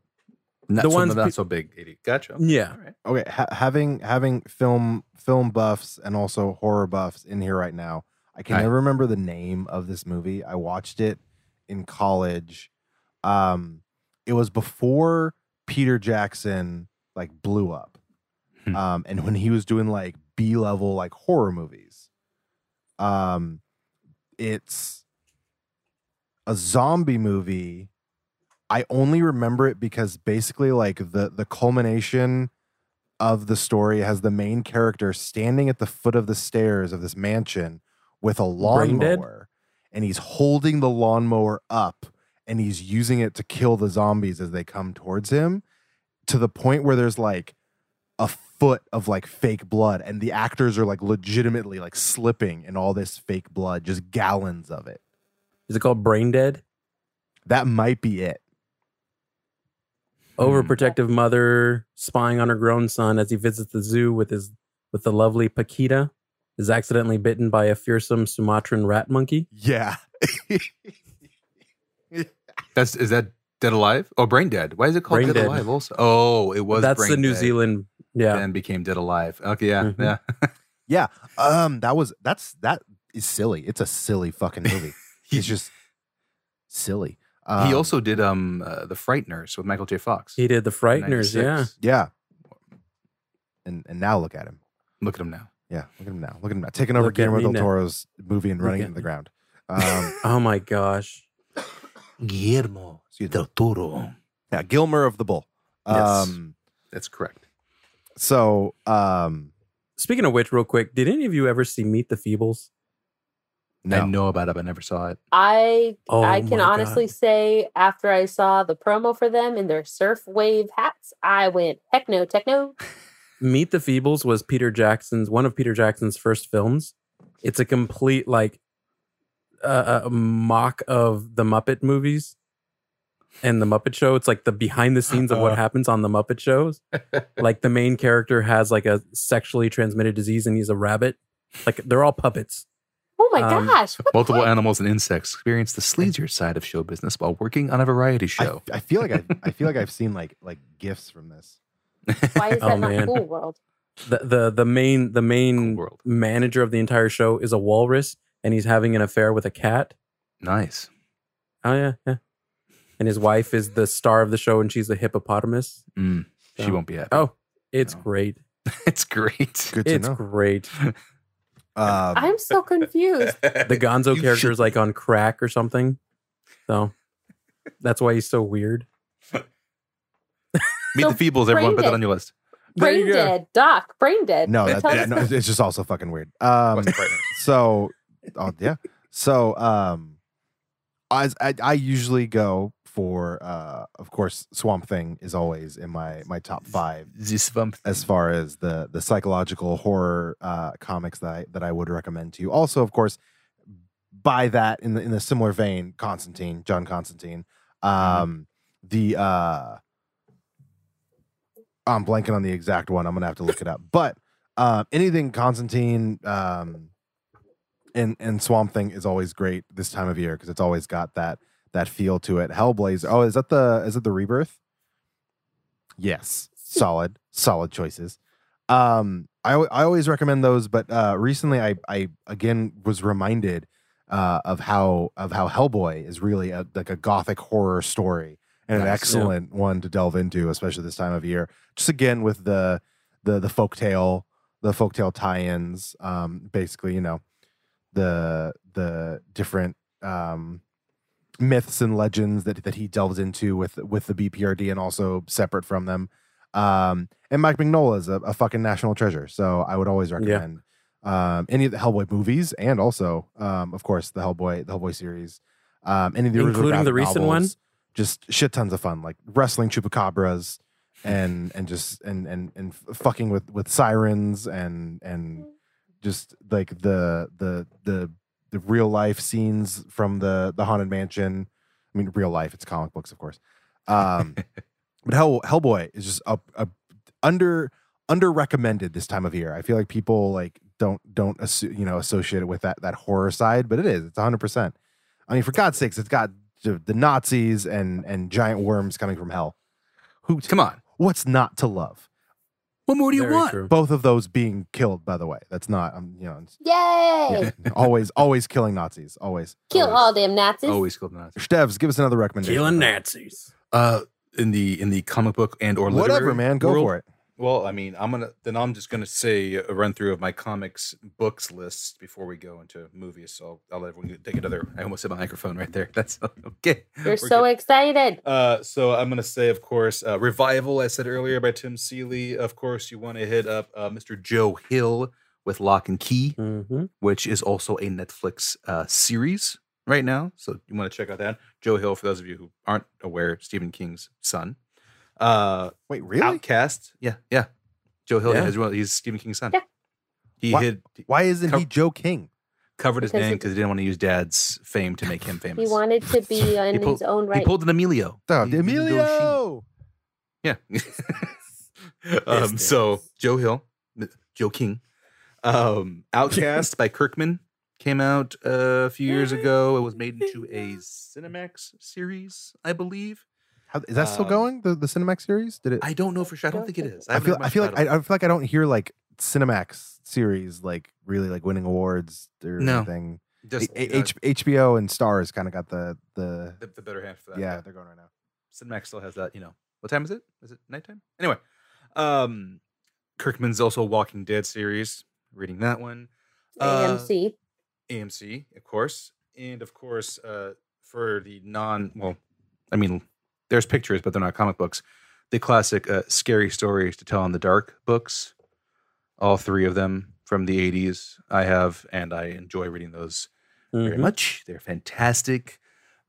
not The so, ones not pe- so big eighty. Gotcha. Yeah. All right. Okay, ha- having having film film buffs and also horror buffs in here right now. I can Right. never remember the name of this movie. I watched it in college. Um, it was before Peter Jackson like blew up, Hmm. um, and when he was doing like B level like horror movies. Um, it's a zombie movie. I only remember it because basically like the the culmination of the story has the main character standing at the foot of the stairs of this mansion with a Brain dead? lawnmower and he's holding the lawnmower up and he's using it to kill the zombies as they come towards him to the point where there's like a foot of like fake blood and the actors are like legitimately like slipping in all this fake blood just gallons of it Is it called Brain Dead? that might be it overprotective Mm-hmm. mother spying on her grown son as he visits the zoo with his with the lovely Paquita is accidentally bitten by a fearsome Sumatran rat monkey. yeah [laughs] That's is that Dead Alive? Oh, Brain Dead. Why is it called Brain Dead, Dead. Alive? Also, oh, it was That's Brain the New Dead, Zealand. Yeah, Then became Dead Alive. Okay, yeah, Mhm. yeah, um that was that's that is silly it's a silly fucking [laughs] movie it's just silly um, he also did um uh, the Frighteners with Michael J. Fox. he did the Frighteners. Yeah, 96. yeah and and now look at him look at him now. yeah look at him now look at him now taking over Look at Guillermo me del now. Toro's movie and Look running it at into the me. [laughs] ground um oh my gosh, Guillermo excuse me. del Toro. yeah Gilmer of the Bull Yes. um That's correct. So, um, speaking of which, real quick, did any of you ever see Meet the Feebles? no, I know about it, but I never saw it. I Oh, I my can God. honestly say after I saw the promo for them in their surf wave hats, I went heck no, techno. Meet the Feebles was Peter Jackson's one of Peter Jackson's first films. It's a complete like uh, a mock of the Muppet movies and the Muppet Show. It's like the behind the scenes of Uh. what happens on the Muppet shows. like the main character has like a sexually transmitted disease and he's a rabbit. Like they're all puppets. Oh my Um, gosh. what the Multiple heck? animals and insects experience the sleazier side of show business while working on a variety I, show. I feel like I, I feel [laughs] like I've seen like like gifts from this. [laughs] Why is that Oh, not man. cool world? The the the main the main Cool world. manager of the entire show is a walrus and he's having an affair with a cat. Nice. Oh yeah, yeah. And his wife is the star of the show and she's a hippopotamus. Mm, She So- won't be happy. [laughs] Oh, it's No. great. it's great. Good to It's know. great. Um, I'm so confused. [laughs] [laughs] The Gonzo You character should- is like on crack or something. So that's why he's so weird. Meet the Feebles, everyone. Put that Brandon. on your list. [laughs] There you Brain go. dead. Doc, brain dead. no, Tell that, us that- no, more. it's it's just also fucking weird. Um, What's the Frighteners? so, oh yeah. So, um, I, I I usually go for, uh, of course, Swamp Thing is always in my my top five The Swamp Thing. as far as the the psychological horror uh, comics that I, that I would recommend to you. Also, of course, by that in the in the similar vein, Constantine, John Constantine, um, the uh, I'm blanking on the exact one. I'm gonna have to look it up, but um, anything Constantine um, and and Swamp Thing is always great this time of year because it's always got that that feel to it. Hellblazer. Oh, is that the is it the Rebirth? Yes, solid, solid choices. Um, I al- I always recommend those, but uh, recently I I again was reminded uh, of how of how Hellboy is really a, like a gothic horror story and an Nice, yeah. excellent one to delve into, especially this time of year. Just again with the the the folktale the folktale tie-ins um basically you know the the different um myths and legends that that he delves into with with the BPRD and also separate from them um and Mike Mignola is a, a fucking national treasure so I would always recommend um, any of the Hellboy movies, and also, um, of course, the Hellboy, the Hellboy series, um, any of the original Including the graphic recent one? novels. Just shit tons of fun, like wrestling chupacabras, and and just and and and f- fucking with with sirens, and and just like the the the the real life scenes from the the haunted mansion. I mean, real life. It's comic books, of course. [laughs] Um, but Hell, Hellboy is just a, a under under recommended this time of year. I feel like people like don't don't assu- you know associate it with that that horror side, but it is. It's 100. percent I mean, for God's sakes, it's got the the Nazis and and giant worms coming from hell. Who? Come on. What's not to love? What more do you Very want? true. Both of those being killed, by the way. That's not. I'm you know it's Oh. Yay! always always killing Nazis. Always Kill always. all damn Nazis. Always killed Nazis. Stevs, give us another recommendation. Killing Nazis. Uh, in the in the comic book and or Whatever, literary man. Go world, for it. Well, I mean, I'm gonna then I'm just gonna say a run through of my comics books lists before we go into movies. So I'll let everyone take another. I almost hit my microphone right there. [laughs] That's okay. You're so excited. Uh, so I'm gonna say, of course, uh, revival. I said earlier by Tim Seeley. Of course, you want to hit up uh, Mr. Joe Hill with Lock and Key, Mm-hmm. which is also a Netflix uh, series right now. So you want to check out that Joe Hill. For those of you who aren't aware, Stephen King's son. Uh, Wait, really? Outcast. Yeah, yeah. Joe Hill. Yeah. Yeah. well. He's Stephen King's son. Yeah. He Why- hid, he Why isn't Co- he Joe King? covered his Because name he- because he didn't want to use dad's fame to make him famous. [laughs] He wanted [laughs] to be in pulled- his own He right. pulled an Emilio. Oh, He- he didn't go she. Emilio. [laughs] Yeah. um, so Business. Joe Hill, m- Joe King, um, Outcast by Kirkman came out uh, a few years ago. It was made into [laughs] a Cinemax series, I believe. How, is that still Um, going? The the Cinemax series? Did it? I don't know for sure. I don't think it is. I haven't feel. read I much feel like about I, it. I feel like I don't hear like Cinemax series like really like winning awards or No. anything. just A- uh, H- HBO and Stars kind of got the the, the, the better half for that. yeah they're going right now. Cinemax still has that, you know. What time is it? Is it nighttime? Anyway, um Kirkman's also Walking Dead series. Reading that one. Uh, AMC. AMC, of course, and of course uh, for the non well, I mean, there's pictures, but they're not comic books. The classic uh, scary stories to tell in the dark books, all three of them from the 80s. I have, and I enjoy reading those mm-hmm. very much. They're fantastic. Mm-hmm.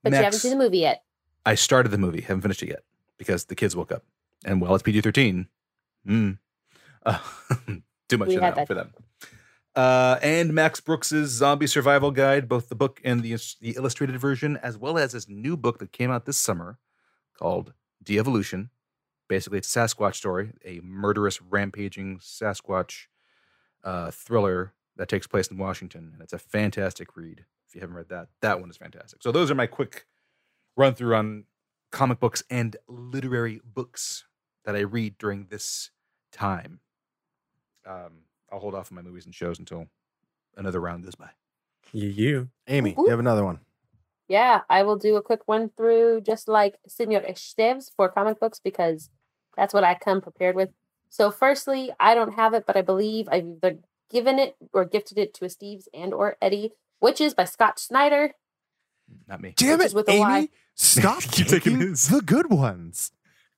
but you haven't Max- seen the movie yet. I started the movie, haven't finished it yet because the kids woke up. And well, it's PG 13. Mm. Uh, [laughs] too much We of had that, that. for them. Uh, and Max Brooks's Zombie Survival Guide, both the book and the, ins- the illustrated version, as well as his new book that came out this summer called De Evolution. Basically, it's a Sasquatch story, a murderous, rampaging Sasquatch uh, thriller that takes place in Washington. And it's a fantastic read. If you haven't read that, that one is fantastic. So, those are my quick run through on comic books and literary books that I read during this time. Um, I'll hold off on my movies and shows until another round goes by. You, you. Amy, Ooh. you have another one. Yeah, I will do a quick one through just like Senor Esteves for comic books because that's what I come prepared with. So firstly, I don't have it, but I believe I've either given it or gifted it to a Steve's and or Eddie, which is by Scott Snyder. Not me. Damn Which it, is with a Y. Amy! [laughs] Stop Keep taking taking his. the good ones.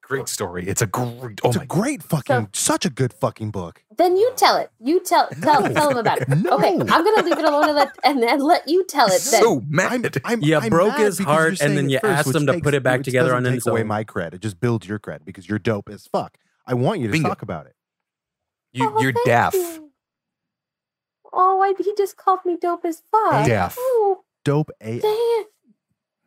Great story. It's a great. Oh it's my a great fucking, such a good fucking book. Then you tell it. You tell tell tell him [laughs] about it. Okay, No. I'm gonna leave it alone and let and then let you tell it. Then. so I'm, [laughs] mad. I'm, You I'm broke mad Oh, his because heart, you're and saying then it you first, asked which him to takes- put it back which together doesn't on take its away own. my cred. It just builds your cred because you're dope as fuck. I want you to Bingo. talk about it. You, Oh, you're thank daff. you. Oh, I, he just called me dope as fuck. Daff. Oh. Dope AF. Damn.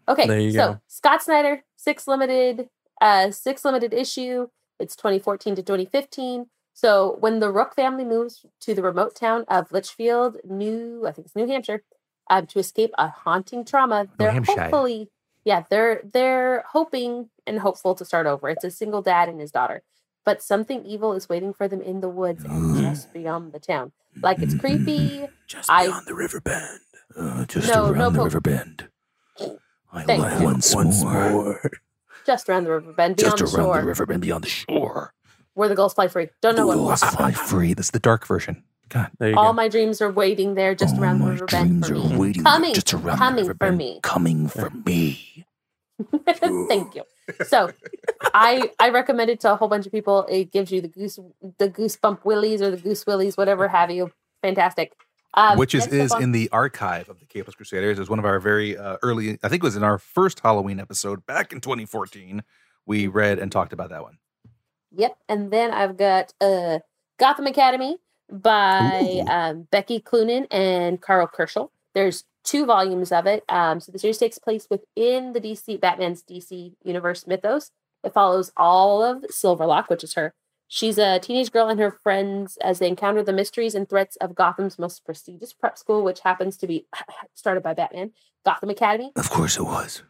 Okay, There you so go. Scott Snyder, six limited, uh, six limited issue. It's 2014 to 2015. So when the Rook family moves to the remote town of Litchfield, New, I think it's New Hampshire, um, to escape a haunting trauma, they're Hampshire. hopefully, yeah, they're they're hoping and hopeful to start over. It's a single dad and his daughter, but something evil is waiting for them in the woods and [gasps] just beyond the town. Like it's creepy. Just I- beyond the river bend. Just no, no, po- bend. I Thank you. once, more. just around the river bend, beyond the shore, river bend, beyond the shore. where the gulls fly free. Don't know what fly free. That's the dark version. God. There you All [laughs] go. my dreams are waiting there, just around the river bend for me. waiting Coming, just around the coming river for bend, me. Coming for me. [laughs] Thank you. So, I I recommend it to a whole bunch of people. It gives you the goose the goosebump willies or the goose willies, whatever have you. Fantastic. Um, which is, next up is on- in the archive of the Capeless Crusaders. It was one of our very uh, early, I think it was in our first Halloween episode back in 2014. We read and talked about that one. Yep. And then I've got uh, Gotham Academy by Ooh. um, Becky Cloonan and Carl Kerschel. There's two volumes of it. Um, so the series takes place within the DC Batman's DC universe mythos. It follows all of Silverlock, which is her. She's a teenage girl and her friends as they encounter the mysteries and threats of Gotham's most prestigious prep school, which happens to be [laughs] started by Batman, Gotham Academy, Of course it was.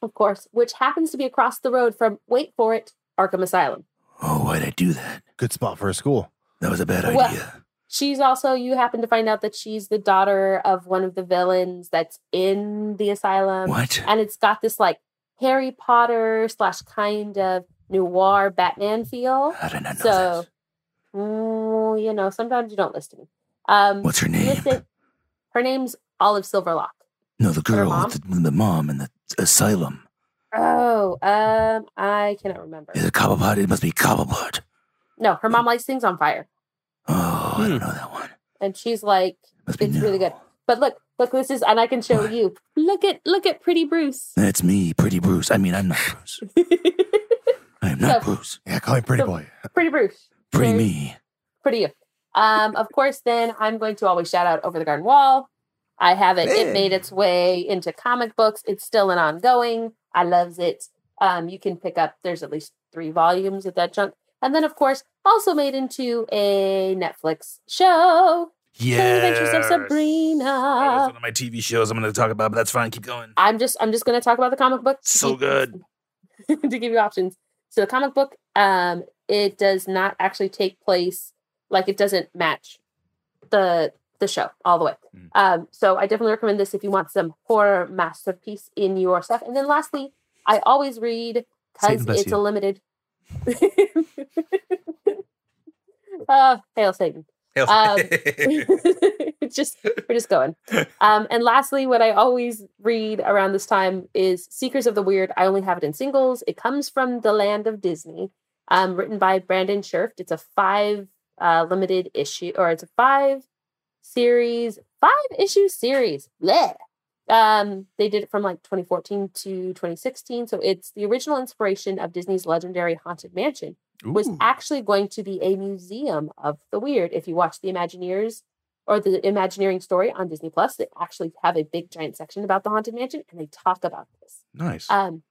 of course, which happens to be across the road from, wait for it, Arkham Asylum. Oh, why'd I do that? Good spot for a school. That was a bad Well- She's also, you happen to find out that she's the daughter of one of the villains that's in the um, asylum. what? uh, And it's got this like Harry Potter slash kind of noir Batman feel. How did I not So, mm, you know, sometimes you don't listen to me. Um, What's her listen, her name's Olive Silverlock. No, the girl mom? with the, mom in the asylum. Oh, um, I cannot remember. it Cobblepot? It must be Cobblepot. No, her mom lights things on fire. Oh, I don't know that one. And she's like, Hmm. it's really good. But look, look, this is, and I can show What? you. Look at, look at Pretty Bruce. That's me, Pretty Bruce. I mean, I'm not Bruce. I am not So- Bruce. Yeah, call me Pretty So- Boy. [laughs] Pretty Bruce. Pretty Pretty There's- me. Pretty you. Um, of course, then I'm going to always shout out Over the Garden Wall. I have it. It Man. made its way into comic books. It's still an ongoing. I loves it. Um, you can pick up. There's at least three volumes of that junk. And then, of course, also made into a Netflix show, The Adventures of That was Sabrina. one of my TV shows I'm going to talk about, but that's fine. Keep going. I'm just, I'm just going to talk about the comic book. to So keep- good. [laughs] to give you options. So the comic book, um, it does not actually take place like it doesn't match the the show all the way. Mm. Um, so I definitely recommend this if you want some horror masterpiece in your stuff. And then lastly, I always read because Satan bless it's you. a limited. [laughs] uh, hail Satan. Um, It's [laughs] just we're just going. Um, and lastly, what I always read around this time is Seekers of the Weird. I only have it in singles. It comes from the land of Disney, um, written by Brandon Scherft. It's a five uh, limited issue, or it's a five series, five issue series. Bleh. Um, they did it from like 2014 to 2016. So it's the original inspiration of Disney's legendary Haunted Mansion was actually going to be a museum of the weird. If you watch the Imagineers or the Imagineering story on Disney Plus, they actually have a big giant section about the Haunted Mansion and they talk about this. [laughs] uh, nice. Um,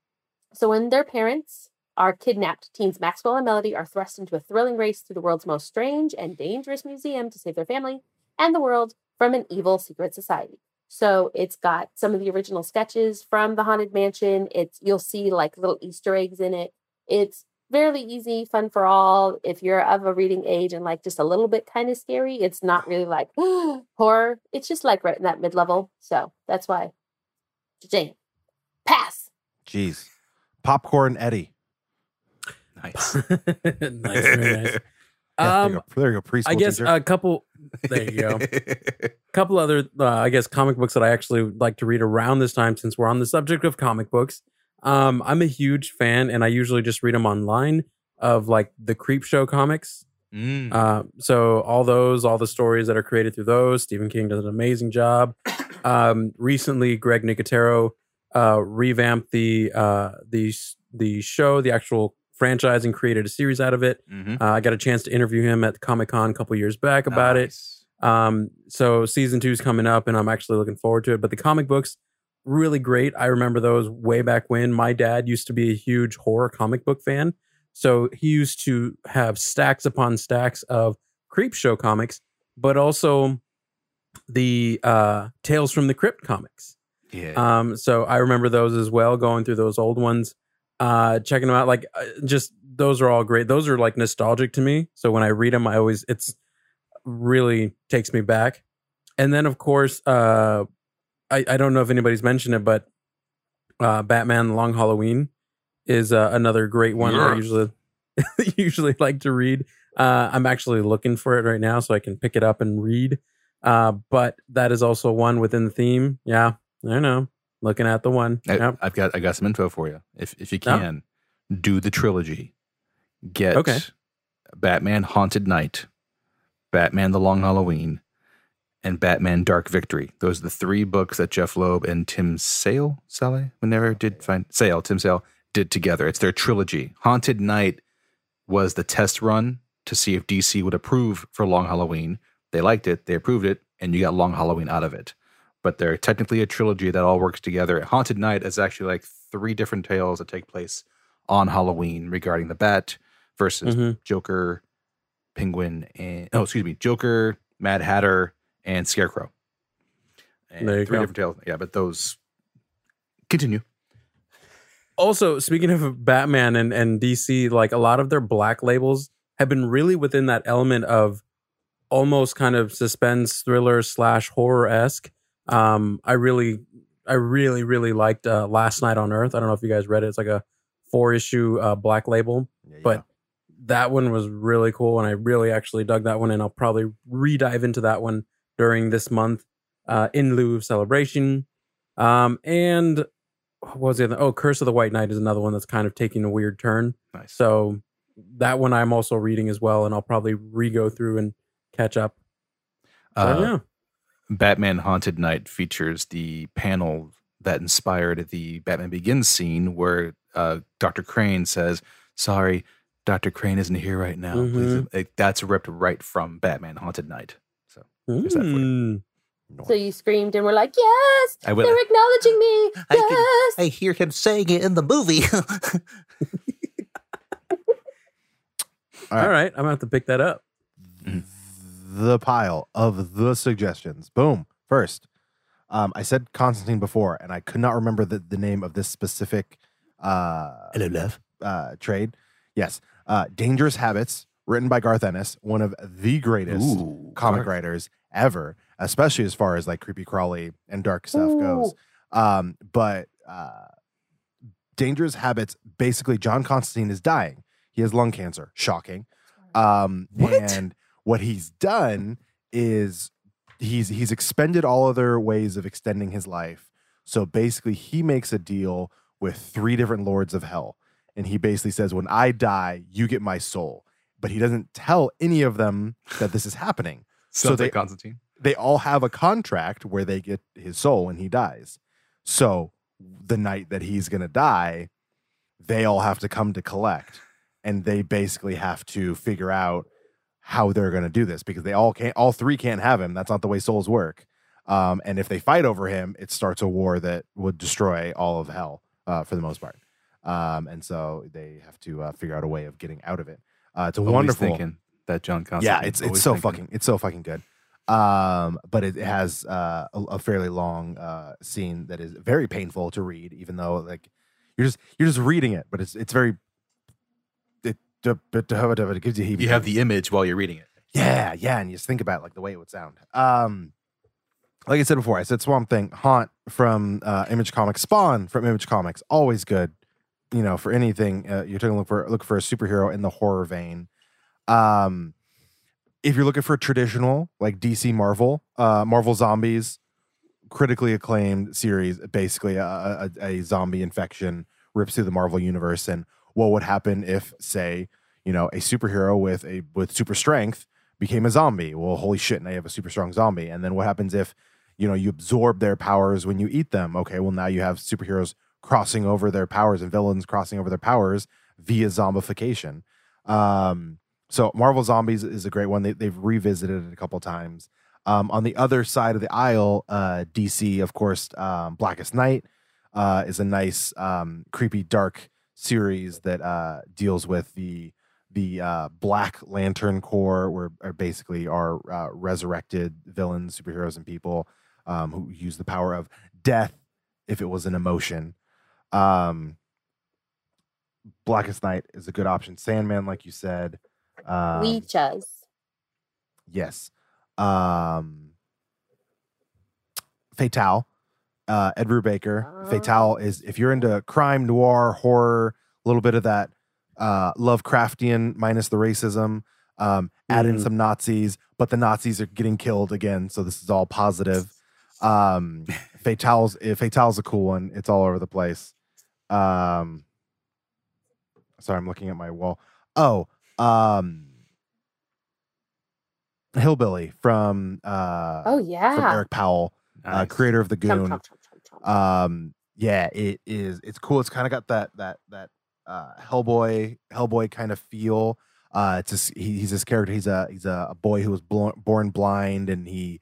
so when their parents are kidnapped, teens Maxwell and Melody are thrust into a thrilling race through the world's most strange and dangerous museum to save their family and the world from an evil secret society. So it's got some of the original sketches from the Haunted Mansion. It's you'll see like little Easter eggs in it. It's fairly easy, fun for all. If you're of a reading age and like just a little bit kind of scary, it's not really like [gasps] horror. It's just like right in that mid level. So that's why. Jane, pass. Jeez. Popcorn Eddie. nice. [laughs] [laughs] nice, very nice. Yeah, Um, there, you go. there you go. Preschool I guess uh, teacher. a couple. There you go. couple other, uh, I guess, comic books that I actually would like to read around this time since we're on the subject of comic books. Um, I'm a huge fan, and I usually just read them online of like the Creep Show comics. [laughs] Mm. Uh, so all those, all the stories that are created through those, Stephen King does an amazing job. Um, recently, Greg Nicotero uh, revamped the uh, the the show, the actual franchise, and created a series out of it. Mhm. Uh, I got a chance to interview him at Comic Con a couple years back about it. Nice. Um, so season two is coming up, and I'm actually looking forward to it. But the comic books, really great. I remember those way back when. My dad used to be a huge horror comic book fan, so he used to have stacks upon stacks of creep show comics, but also the uh, Tales from the Crypt comics. Yeah. Um, so I remember those as well, going through those old ones, uh, checking them out. Like, uh, just those are all great. Those are like nostalgic to me. So when I read them, I always it's really takes me back. And then of course, uh, I I don't know if anybody's mentioned it, but uh, Batman: The Long Halloween is uh, another great one that Yeah. I usually [laughs] usually like to read. Uh, I'm actually looking for it right now, so I can pick it up and read. Uh, but that is also one within the theme. Yeah, I know. Looking at the one. I, Yep. Uh, I've got I got some info for you. If if you Yeah. can, do the trilogy. Get Okay. Batman Haunted Night, Batman the Long Halloween, and Batman Dark Victory. Those are the three books that Jeff Loeb and Tim Sale, Sale, we never did find Sale, Tim Sale did together. It's their trilogy. Haunted Night was the test run to see if DC would approve for Long Halloween. They liked it, they approved it, and you got Long Halloween out of it. But they're technically a trilogy that all works together. Haunted Night is actually like three different tales that take place on Halloween regarding the Bat versus Mhm. Joker, Penguin, and oh, excuse me, Joker, Mad Hatter, and Scarecrow. And There you three go. different tales. Yeah, but those continue. Also, speaking of Batman and, and DC, like a lot of their black labels have been really within that element of almost kind of suspense thriller slash horror esque. Um, I really, I really, really liked uh, Last Night on Earth. I don't know if you guys read it. It's like a four issue uh, black label, Yeah, but that one was really cool, and I really actually dug that one. And I'll probably re dive into that one during this month uh, in lieu of celebration. Um, and what was the other? Oh, Curse of the White Knight is another one that's kind of taking a weird turn. Nice. So that one I'm also reading as well, and I'll probably re go through and catch up. So, Uh, yeah. Batman Haunted Night features the panel that inspired the Batman Begins scene where uh, Dr. Crane says, Sorry, Dr. Crane isn't here right now. Please." Mhm. Like, that's ripped right from Batman Haunted Night. So Here's that for you. Mm. So you screamed, and we're like, "Yes, I they're acknowledging me." I can- Yes. I hear him saying it in the movie. [laughs] All right. All right. I'm going to have to pick that up. [laughs] Mm. the pile of the suggestions. Boom. First, um, I said Constantine before, and I could not remember the, the name of this specific uh, Hello, love. uh, trade. Yes, uh, Dangerous Habits, written by Garth Ennis, one of the greatest Ooh, comic Garth. writers ever, especially as far as like creepy crawly and dark stuff goes. Ooh. Um, but uh, Dangerous Habits, basically, John Constantine is dying. He has lung cancer. Shocking. Um, What? And what he's done is he's he's expended all other ways of extending his life. So basically, he makes a deal with three different lords of hell, and he basically says, "When I die, you get my soul." But he doesn't tell any of them that this is happening. So So they- they Constantine. They all have a contract where they get his soul when he dies. So the night that he's gonna die, they all have to come to collect, and they basically have to figure out how they're going to do this because they all can't, all three can't have him. That's not the way souls work. Um, and if they fight over him, it starts a war that would destroy all of hell uh, for the most part. Um, and so they have to uh, figure out a way of getting out of it. Uh, it's a Always wonderful, Thinking that John Constantine. yeah, it's it's Always so thinking. fucking it's so fucking good. Um, but it has uh, a, a fairly long uh, scene that is very painful to read, even though like you're just you're just reading it, but it's it's very. It, it gives you heebie-jeebies. You have the image while you're reading it. Yeah, yeah, and you just think about like the way it would sound. Um, like I said before, I said Swamp Thing, Haunt from uh, Image Comics, Spawn from Image Comics, always good. You know, for anything uh, you're taking a look for, look for a superhero in the horror vein. Um, if you're looking for traditional like DC Marvel, uh, Marvel Zombies, critically acclaimed series, basically a, a, a a zombie infection rips through the Marvel universe, and what would happen if, say, you know, a superhero with a with super strength became a zombie. Well, holy shit, now you have a super strong zombie. And then what happens if, you know, you absorb their powers when you eat them? Okay, well, now you have superheroes crossing over their powers and villains crossing over their powers via zombification. Um, so Marvel Zombies is a great one. They, they've revisited it a couple times. Um, on the other side of the aisle, uh, DC, of course, um, Blackest Night uh, is a nice, um, creepy, dark series that uh, deals with the the uh, Black Lantern Corps, where are basically are uh, resurrected villains, superheroes, and people um, who use the power of death if it was an emotion. Um, Blackest Night is a good option. Sandman, like you said. Um, we chose. Yes. Um Fatale. Uh Ed Brubaker. Fatale is if you're into crime, noir, horror, a little bit of that uh Lovecraftian minus the racism. Um, add in Mhm. some Nazis, but the Nazis are getting killed again, so this is all positive. Um Fatale's eh, Fatale's a cool one. It's all over the place. Um sorry, I'm looking at my wall. Oh, um Hillbilly from uh Oh from yeah. Eric Powell, uh, Nice. creator of the Chomp, Goon. chomp, chomp, chomp, chomp. Um, yeah, it is. It's cool. It's kind of got that that that uh, Hellboy Hellboy kind of feel. Uh, it's just, he, he's this character. He's a he's a, a boy who was blo- born blind, and he,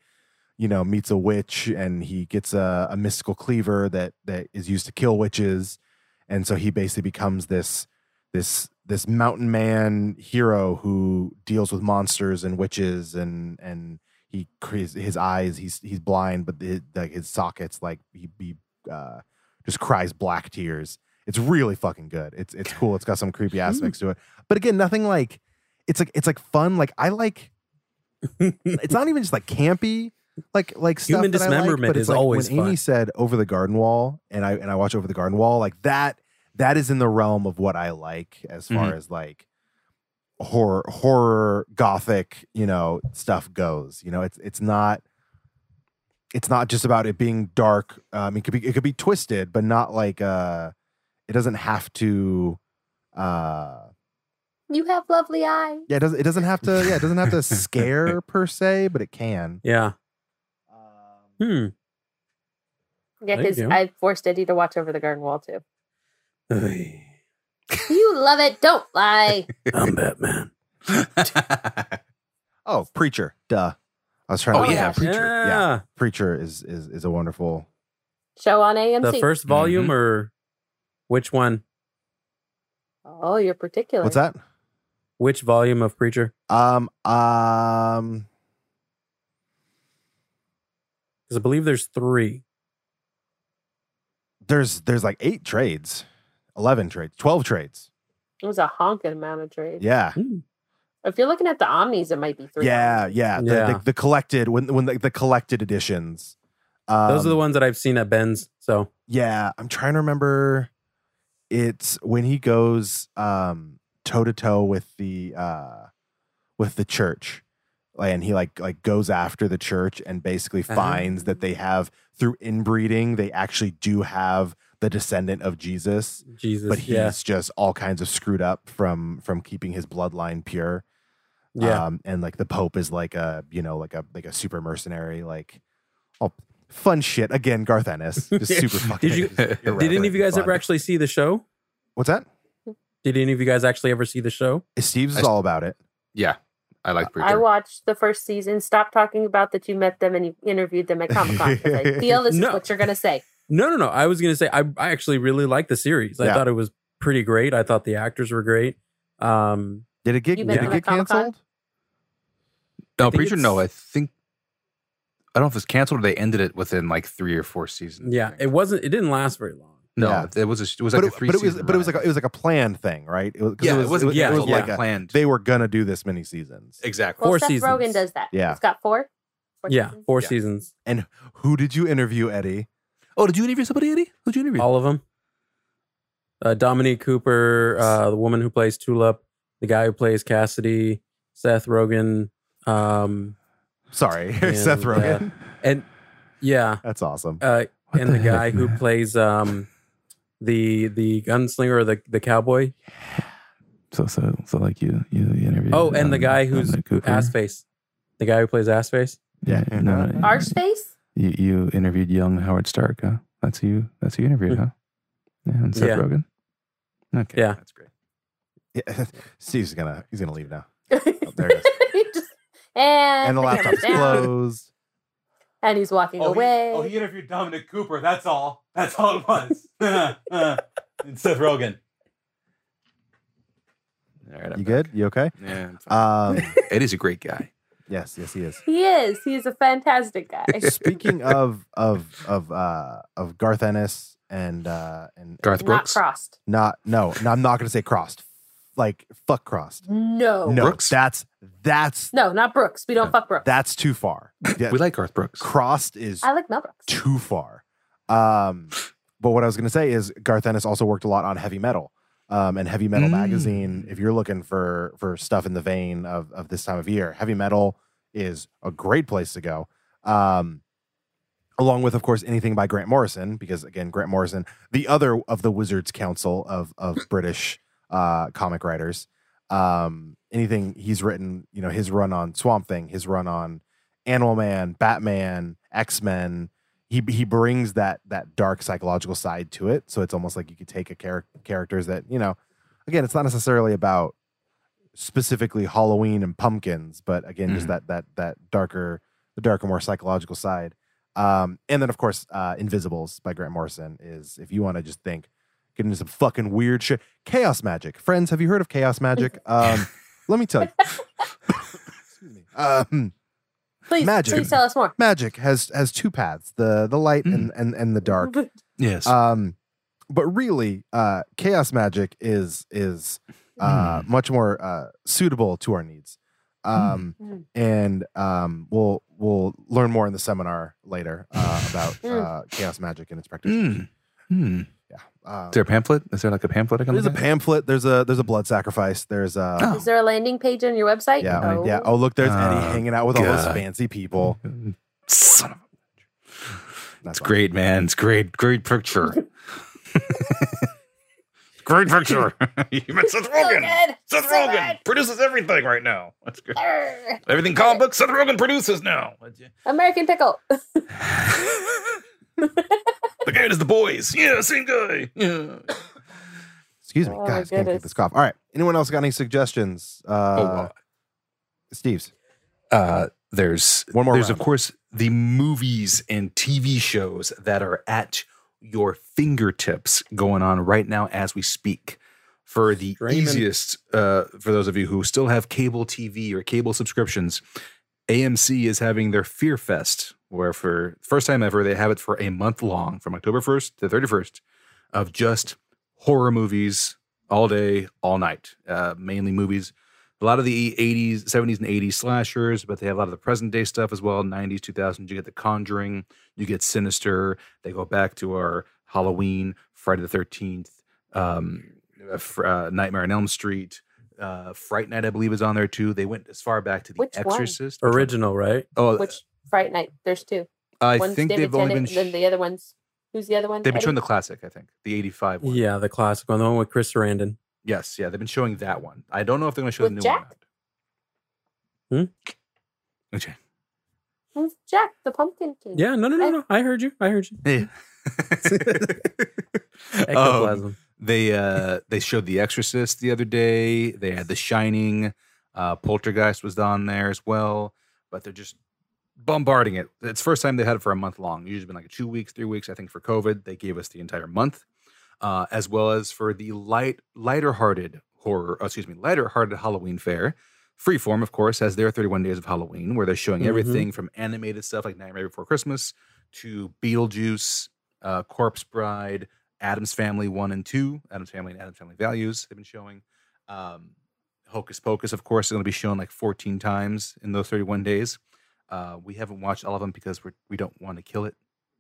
you know, meets a witch, and he gets a, a mystical cleaver that that is used to kill witches, and so he basically becomes this this this mountain man hero who deals with monsters and witches and and he cre- his, his eyes he's he's blind but the, like his sockets like he, he uh, just cries black tears. It's really fucking good. It's it's cool. It's got some creepy aspects to it. But again, nothing like it's like it's like fun. Like I like it's not even just like campy. Like like stuff Human that I like, dismemberment but it's is like always when Amy fun. said over the garden wall, and I and I watch over the garden wall. Like that that is in the realm of what I like as far Mm-hmm. as like horror horror gothic you know stuff goes. You know it's it's not it's not just about it being dark. Um, it could be it could be twisted, but not like uh, it doesn't have to. Uh, you have lovely eyes. yeah, it doesn't. It doesn't have to. Yeah, it doesn't [laughs] have to scare per se, but it can. yeah. Um, Hmm. Yeah, There you because go. I forced Eddie to watch over the garden wall [laughs] too. I'm You love it. Don't [laughs] lie. Batman. oh, preacher. Duh. I was trying. oh to yeah, preacher. Yeah. Yeah. preacher is is is a wonderful. Show on AMC. The first volume Mhm. or which one? oh, you're particular. What's that? Which volume of Preacher? Um. Um. Because I believe there's three. There's there's like eight trades, eleven trades, twelve trades. It was a honking amount of trade. Yeah. If you're looking at the omnis, it might be three. Yeah. Yeah. The, Yeah. The, the collected when when the, the collected editions. Um, Those are the ones that I've seen at Ben's. So Yeah, I'm trying to remember. It's when he goes um toe to toe with the uh with the church, and he like like goes after the church and basically Uh-huh. finds that they have through inbreeding they actually do have the descendant of Jesus, Jesus. but he's yeah. just all kinds of screwed up from from keeping his bloodline pure. Yeah. Um, and like the Pope is like a, you know, like a like a super mercenary, like all fun shit. Again, Garth [laughs] Ennis. Just super fucking Did you- just [laughs] irreverent Did any of you guys fun. ever actually see the show? What's that? Did any of you guys actually ever see the show? Steve's I is s- all about it. [laughs] yeah. I like preacher. I watched the first season. Stop talking about that you met them and you interviewed them at Comic Con. [laughs] I feel this No. is what you're gonna say. No, no, no. I was gonna say I, I actually really liked the series. I Yeah. thought it was pretty great. I thought the actors were great. Um, Did it get You did met it him at get Comic-Con? canceled? no, I think preacher. No, I it's- think I don't know if it's canceled or they ended it within like three or four seasons. I yeah, think. it wasn't. It didn't last very long. no, yeah. it was a, it was But like it, a three. but it was but it was like a, it was like a planned thing, right? It was, 'cause yeah, it was, it was, yeah, it was yeah. like a, planned. they were gonna do this many seasons. exactly. Well, Four Seth Rogen seasons. does that. Yeah. it's got four. four yeah, seasons. four Yeah. seasons. Who did you interview, Eddie? Oh, did you interview somebody, Eddie? Who'd you interview? All of them. Uh, Dominique Cooper, uh, the woman who plays Tulip, the guy who plays Cassidy, Seth Rogen, um, Sorry, [laughs] And, Seth uh, Rogen. and yeah, That's awesome. uh, What and the, heck, guy who man? plays um, the the gunslinger or the the cowboy. So so so like you you, you interviewed. Oh, and the um, guy who's Dominic Mm-hmm. Cooper? ass face, the guy who plays ass face. Yeah, Yeah. no, no, Arch [laughs] face. you, you interviewed young Howard Stark, huh? That's who you that's who you interviewed, huh? Yeah, and Seth Hmm. Yeah. Rogen. Okay. Yeah. That's great. Yeah. [laughs] Steve's gonna he's gonna leave now. oh, there [laughs] it Just, and, And the camera's laptop's down, closed. And he's walking away. He, oh, he interviewed Dominic Cooper. That's all. That's all it was. and Seth Rogen. All right, I'm You back. good? You okay? Yeah. I'm fine. Um Eddie's a great guy. yes, yes [laughs] he is. He is. He's a fantastic guy. Speaking of of of uh of Garth Ennis and uh and Garth Not Brooks. crossed. not no, no I'm not gonna say crossed. Like fuck crossed. No. No, Brooks? that's that's No, not Brooks. We don't fuck Brooks. that's too far. Yeah, We like Garth Brooks. crossed is I like Mel Brooks. too far. Um, but what I was going to say is Garth Ennis also worked a lot on heavy metal um, and Heavy Metal Mm. magazine. If you're looking for for stuff in the vein of of this time of year, heavy metal is a great place to go. Um, along with, of course, anything by Grant Morrison, because again, Grant Morrison, the other of the Wizards Council of of British uh, comic writers. um, anything he's written, you know, his run on Swamp Thing, his run on Animal Man, Batman, X Men. He he brings that that dark psychological side to it. So it's almost like you could take a character characters that you know, again, it's not necessarily about specifically Halloween and pumpkins, but again, just Mhm. that that that darker the darker, more psychological side. Um, and then of course, uh, Invisibles by Grant Morrison is if you want to just think, get into some fucking weird shit. Chaos magic, friends. Have you heard of [laughs] chaos magic? Um, let me tell you. Excuse me. Um, Please, Magic. please tell us more. magic has has two paths: the the light and Mm. and and [laughs] the dark. Yes. Um, but really, uh, chaos magic is is uh, Mm. much more uh, suitable to our needs. Um, Mm. Mm. and um, we'll we'll learn more in the seminar later uh, about [laughs] Mm. uh, chaos magic and its practitioners. Mm. Mm. Um, Is there a pamphlet? Is there like a pamphlet? I can there's a look at? pamphlet. There's a there's a blood sacrifice. There's a Oh. Is there a landing page on your website? yeah No. yeah. Oh look, there's Oh, Eddie hanging out with all those God. fancy people. Son of a- That's It's great, man. It's great. Great [laughs] picture. great picture. [laughs] you met Oh. Seth So Rogen. good. Seth So Rogen good. produces everything right now. That's great. Arr. Everything comic book Seth Rogen produces now. American Pickle. Uh, the guy does the boys. Yeah, same guy. Yeah. Excuse me, Oh, my guys. can't keep goodness. this cough. All right. Anyone else got any suggestions? Uh, Oh, wow. Steve's. Uh, there's One more There's round. of course the movies and TV shows that are at your fingertips going on right now as we speak. For the Streaming. easiest, uh, for those of you who still have cable TV or cable subscriptions, AMC is having their Fear Fest, where for first time ever they have it for a month long, from October 1st to 31st, of just horror movies all day, all night. Uh, mainly movies a lot of the 80s, 70s, and 80s slashers, but they have a lot of the present day stuff as well. 90s, 2000s, you get The Conjuring, you get Sinister. They go back to our Halloween, Friday the 13th, um, uh, Fr- uh, Nightmare on Elm Street, uh, Fright Night, I believe, is on there too. They went as far back to The Which one? Exorcist. Which one? Original, right? Oh, Which Fright Night? There's two. I One's think David they've only Tennant, been. and then the other one's who's the other one? They've been showing Eddie? the classic, I think, the 85 one. Yeah, the classic one, the one with Chris Sarandon. Mm. Yes, yeah, they've been showing that one. I don't know if they're going to show With the new [laughs] [laughs] Jack? one. Hmm? Okay. Who's Jack the Pumpkin King? Yeah, no, no, no, no. I heard you. [laughs] I heard you. Yeah. Oh. Ectoplasm. They uh they showed The Exorcist the other day. They had The Shining. Uh Poltergeist was on there as well, but they're just bombarding it. It's the first time they've had it for a month long. Usually been like two weeks, three weeks. I think for COVID, they gave us the entire month, uh, as well as for the light, lighter-hearted horror. Oh, excuse me, lighter-hearted Halloween fair. Freeform, of course, has their 31 Days of Halloween, where they're showing Mhm. everything from animated stuff like Nightmare Before Christmas to Beetlejuice, uh, Corpse Bride, Adam's Family One and Two, Adam's Family and Adam's Family Values. They've been showing. Um, Hocus Pocus, of course, is going to be shown like 14 times in those 31 days. Uh, we haven't watched all of them because we're, we don't want to kill it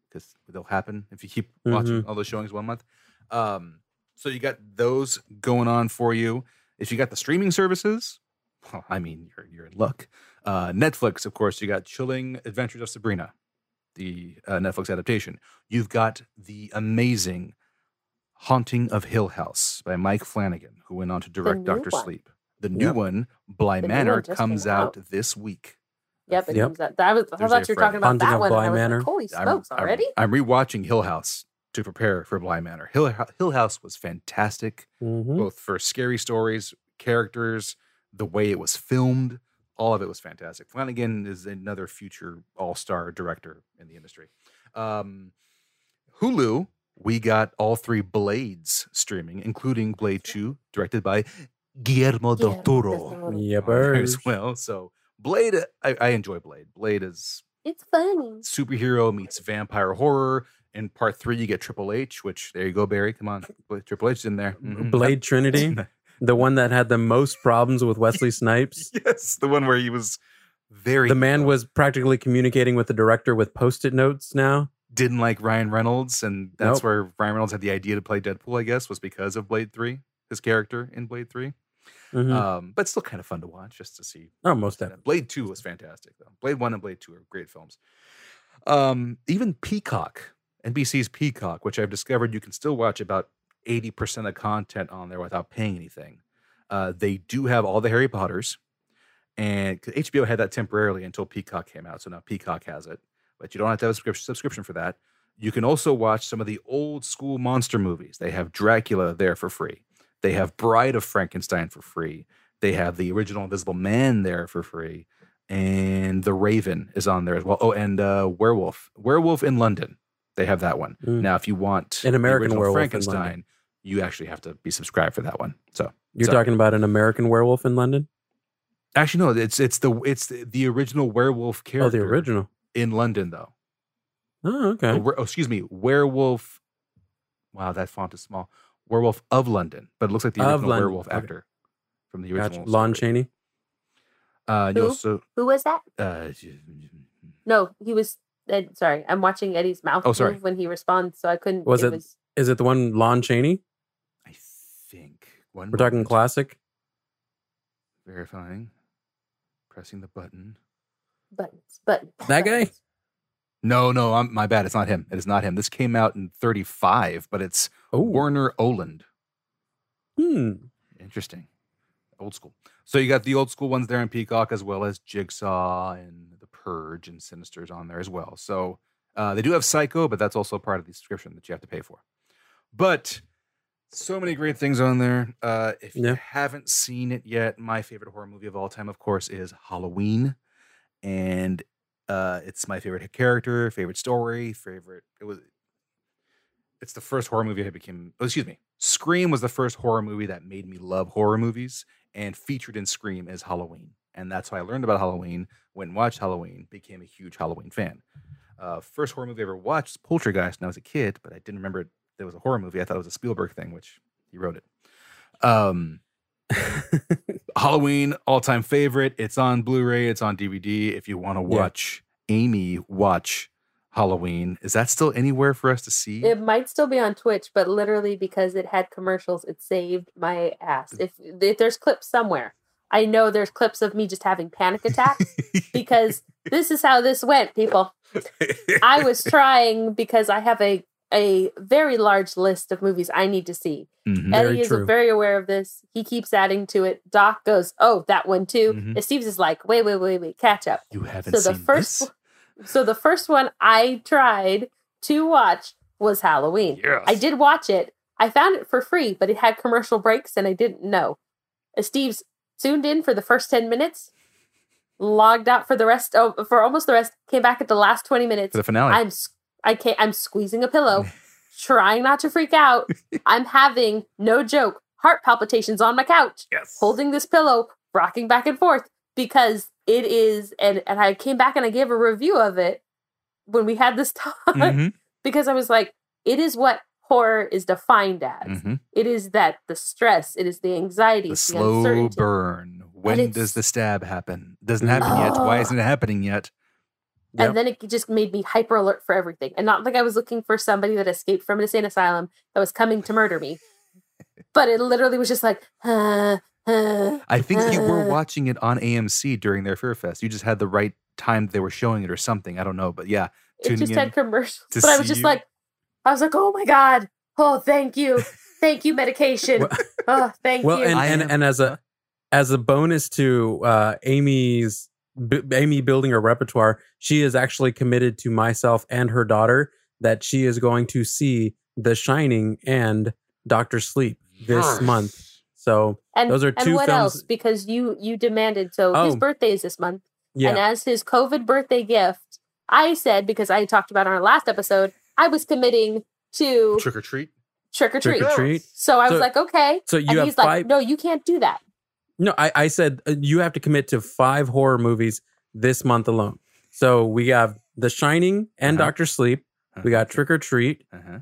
because they'll happen if you keep watching all those showings one month. Um, so you got those going on for you. If you got the streaming services, well, [laughs] I mean, you're, you're in luck. Uh, Netflix, of course, you got Chilling Adventures of Sabrina, the uh, Netflix adaptation. You've got the amazing Haunting of Hill House by Mike Flanagan, who went on to direct new Doctor one. Sleep. The new one, Bly The new one Manor, just came comes out out. this week. Yep, it Yep. comes out. That was, I Thursday thought you or were talking about Friday. Haunting that of one. and I was Bly like, Manor. Holy smokes, already? I'm rewatching Hill House to prepare for Bly Manor. Hill, Hill House was fantastic, Mhm. Mm-hmm. both for scary stories, characters, the way it was filmed. All of it was fantastic. Flanagan is another future all-star director in the industry. Um, Hulu, we got all three Blades streaming, including Blade Two, directed by Guillermo Guillermo del del Toro. Toro. Yep. on there [laughs] as well. So Blade, I, I enjoy Blade. Blade is It's funny. superhero meets vampire horror. In part three, you get Triple H, which there you go, Barry. Come on, Bla- Triple H's in there. Mhm. [laughs] Blade Trinity, the one that had the most problems [laughs] with Wesley Snipes. yes, the one where he was very The man uh, was practically communicating with the director with post-it notes now. didn't like Ryan Reynolds, and that's Nope. where Ryan Reynolds had the idea to play Deadpool. I guess was because of Blade Three, his character in Blade 3 Mhm. Um, but still kind of fun to watch, just to see oh, most Yeah, definitely. Blade Two was fantastic though. Blade One and Blade Two are great films. Um, even Peacock, NBC's Peacock, which I've discovered you can still watch about eighty percent of content on there without paying anything. Uh, they do have all the Harry Potters, and 'cause HBO had that temporarily until Peacock came out. So now Peacock has it, but you don't have to have a subscrip- subscription for that. You can also watch some of the old school monster movies. They have Dracula there for free. They have Bride of Frankenstein for free. They have the original Invisible Man there for free. And The Raven is on there as well. Oh, and uh, Werewolf. Werewolf in London. They have that one. Mm. Now, if you want An the American original Werewolf in London. Frankenstein, you actually have to be subscribed for that one. So You're Sorry. talking about an American werewolf in London? actually, no, it's it's the it's the- the original werewolf character Oh, the original. in London though. Oh, Oh, okay. were- oh, excuse me, werewolf. Wow, that font is small. Werewolf of London, but it looks like the Of original London, werewolf okay. actor from the Gotcha. original. Lon story. Chaney. Uh, and you Who? also. Who was that? Uh, No, he was. Uh, sorry, I'm watching Eddie's mouth Oh, sorry. move when he responds, so I couldn't. Was it- was- Is it the one Lon Chaney? I think one. We're talking moment. classic. Verifying. Pressing the button. buttons, buttons, That guy? buttons. No, no, I'm, my bad. It's not him. It is not him. This came out in 35, but it's Oh, Werner Oland. hmm. [laughs] Interesting. Old school. So you got the old school ones there in Peacock, as well as Jigsaw and The Purge and Sinister's on there as well. So uh, they do have Psycho, but that's also part of the subscription that you have to pay for. But so many great things on there. Uh, if Yeah. you haven't seen it yet, my favorite horror movie of all time, of course, is Halloween, and uh, it's my favorite character, favorite story, favorite. It was. It's the first horror movie I became. Oh, excuse me. Scream was the first horror movie that made me love horror movies, and featured in Scream is Halloween, and that's how I learned about Halloween. Went and watched Halloween, became a huge Halloween fan. Uh, first horror movie I ever watched was Poltergeist when I was a kid, but I didn't remember it there was a horror movie. I thought it was a Spielberg thing, which he wrote it. Um, Halloween, all time favorite. It's on Blu ray, it's on DVD. If you want to watch Amy watch Halloween, is that still anywhere for us to see? It might still be on Twitch, but literally because it had commercials, it saved my ass. If, if there's clips somewhere, I know there's clips of me just having panic attacks [laughs] because this is how this went, people. I was trying because I have a a very large list of movies I need to see. Mhm. Very Eddie is true. very aware of this. He keeps adding to it. Doc goes, "Oh, that one too." Mhm. Mm-hmm. And Steve's is like, "Wait, wait, wait, wait, catch up." You haven't so the seen first this? So the first one I tried to watch was Halloween. I Yes. did watch it. I found it for free, but it had commercial breaks and I didn't know. Uh, Steve's tuned in for the first 10 minutes, logged out for the rest oh, for almost the rest, came back at the last 20 minutes. For the finale. I'm s- I can't I'm squeezing a [laughs] pillow, trying not to freak out. I'm having no joke heart palpitations on my couch yes. holding this pillow, rocking back and forth because it is and and I came back and I gave a review of it when we had this [laughs] talk Mhm, because I was like, it is what horror is defined as. mhm. It is that the stress, it is the anxiety, The the slow uncertainty. burn. When it's- Oh. does the stab happen? Doesn't happen yet. Why Ugh. isn't it happening yet? Yep. And then it just made me hyper alert for everything. And not like I was looking for somebody that escaped from an insane asylum that was coming to murder [laughs] me. But it literally was just like, uh, uh, I think you were Uh. watching it on AMC during their Fear Fest. You just had the right time they were showing it or something. I don't know, but yeah, it tuning just in had commercials. to But I was see just you. like, I was like, oh my god, oh thank you, thank you medication, Well- [laughs] oh thank well, you. and I and, am- and as a as a bonus to uh, Amy's b- Amy building her repertoire, she is actually committed to myself and her daughter that she is going to see The Shining and Doctor Sleep this month. So and those are and two what films- else? Because you you demanded. So his Oh. birthday is this month, and yeah, as his COVID birthday gift, I said because I talked about it on our last episode, I was committing to trick or treat. trick or trick treat. or treat. So I was So- like, okay, So you and have he's five. like, no, you can't do that. No, I, I said uh, you have to commit to five horror movies this month alone. So we have The Shining and Uh-huh. Doctor Sleep. We got Trick or Treat. Uh-huh.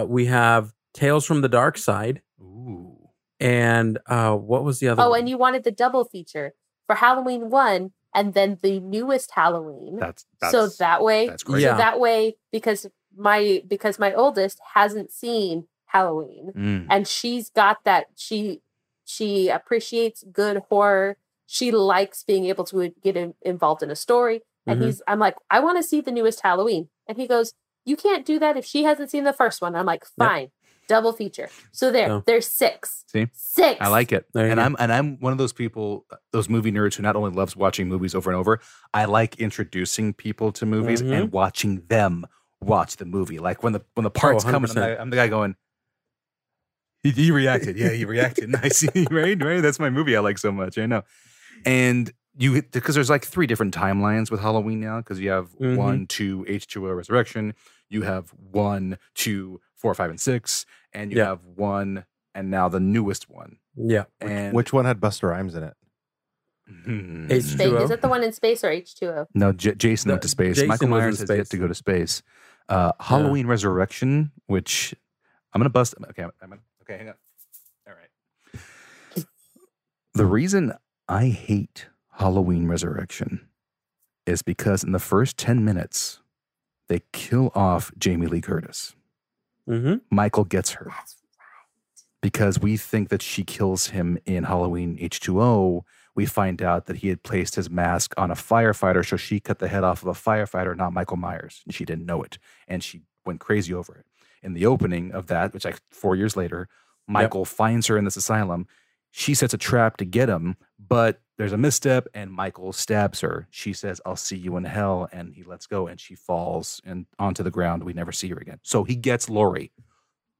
Uh, we have Tales from the Dark Side. Ooh. And uh, what was the other? Oh, one? and you wanted the double feature for Halloween one, and then the newest Halloween. That's, so that's that way that's great. so Yeah. that way because my because my oldest hasn't seen halloween Mm. and she's got that she she appreciates good horror she likes being able to get in, involved in a story and Mm-hmm. Mhm. he's i'm like i want to see the newest halloween and he goes you can't do that if she hasn't seen the first one i'm like Yep. fine Double feature. So there, Oh. there's six. See? Six. I like it. There you And go. I'm and I'm one of those people, those movie nerds who not only loves watching movies over and over, I like introducing people to movies Mhm. and watching them watch the movie. Like when the Oh, when the parts come, I'm the, 100%. I'm the guy going, he, he reacted. Yeah, he reacted. [laughs] nice. right, right. That's my movie I like so much. I know. And you because there's like three different timelines with Halloween now, because you have Mhm. one, two, H2O resurrection, you have one, two, four, five, and six, and you Yeah. have one, and now the newest one. Yeah. And Which one had Buster Rhymes in it? Hmm. [laughs] H2O. Fake. Is it the one in space or H2O? No, J- Jason went The- to space. Jason Michael was in Myers has yet to space. go to space. Uh, Halloween Resurrection, which I'm gonna bust. Okay, I'm, I'm gonna, okay, hang on. All right. The reason I hate Halloween Resurrection is because in the first ten minutes, they kill off Jamie Lee Curtis. Mm-hmm. Michael gets her because we think that she kills him in Halloween H2O. We find out that he had placed his mask on a firefighter, so she cut the head off of a firefighter, not Michael Myers. And she didn't know it. And she went crazy over it. In the opening of that, which like four years later, Michael finds her in this asylum. She sets a trap to get him, but there's a misstep and Michael stabs her. She says, I'll see you in hell. And he lets go and she falls and onto the ground. We never see her again. So he gets Lori.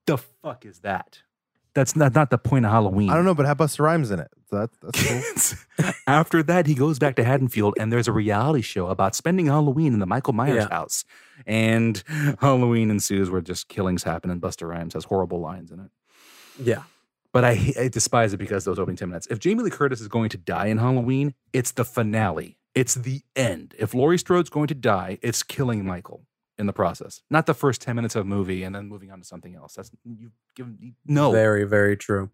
The fuck is that? That's not, not the point of Halloween. I don't know, but it had Buster Rhymes in it. So that, that's [laughs] cool. Kids. After that, he goes back to Haddonfield, and there's a reality show about spending Halloween in the Michael Myers Yeah. house. And [laughs] Halloween ensues where just killings happen, and Buster Rhymes has horrible lines in it. Yeah. But I, ha- I despise it because those opening 10 minutes. If Jamie Lee Curtis is going to die in Halloween, it's the finale, it's the end. If Laurie Strode's going to die, it's killing Michael in the process, not the first 10 minutes of a movie and then moving on to something else. That's you give no. Very, very true.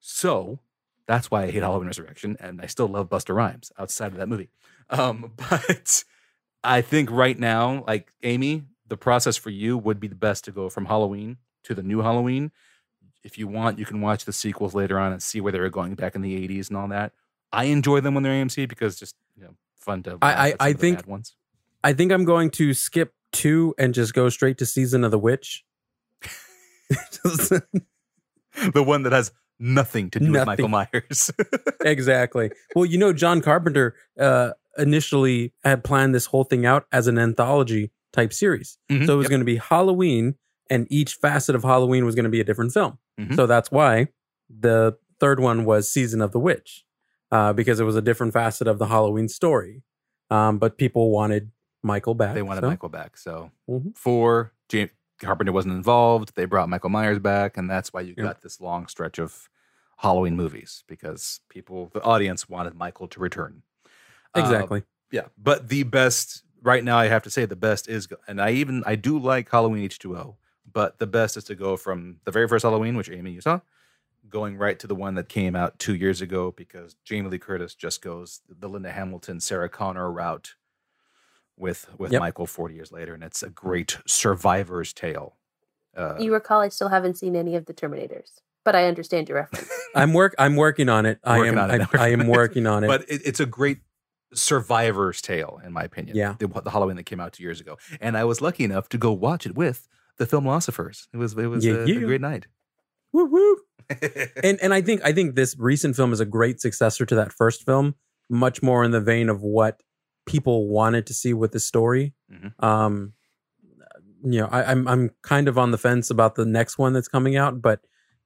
So that's why I hate Halloween Resurrection, and I still love Buster Rhymes outside of that movie. Um, [laughs] but I think right now, like Amy, the process for you would be the best to go from Halloween to the new Halloween. If you want, you can watch the sequels later on and see where they were going back in the 80s and all that. I enjoy them when they're AMC because just you know fun to. I- laugh I- at some I of the think- bad ones. I think I'm going to skip two and just go straight to season of the witch. [laughs] the one that has nothing to do with Michael Nothing. Myers. exactly. Well, you know, John Carpenter uh, initially had planned this whole thing out as an anthology type series. Mm-hmm. So it was going to be Halloween, and each facet of Halloween was going to be a different film. Mhm. So that's why the third one was Season of the Witch, uh, because it was a different facet of the Halloween story. Um, but people wanted Michael back. They wanted so- Michael back. So Mhm. for James Carpenter wasn't involved. They brought Michael Myers back, and that's why you Yeah. got this long stretch of Halloween movies because people, the audience, wanted Michael to return. Uh, Exactly. yeah, but the best right now, I have to say, the best is, and I even I do like Halloween H two O, but the best is to go from the very first Halloween, which Amy you saw, going right to the one that came out two years ago because Jamie Lee Curtis just goes the Linda Hamilton, Sarah Connor route with with Yep. Michael forty years later, and it's a great survivor's tale. Uh, You recall I still haven't seen any of the Terminators, but I understand your reference. I'm work. I'm working on it. I Working am. on it. I, I [laughs] am working on it. but it, it's a great survivor's tale in my opinion Yeah. the, the halloween that came out two years ago and i was lucky enough to go watch it with the filmlosophers it was it was Yeah, a, a yeah. great night Woo, woo. and and I think I think this recent film is a great successor to that first film, much more in the vein of what people wanted to see with the story. Mhm. Um, you know, I, I'm I'm kind of on the fence about the next one that's coming out, but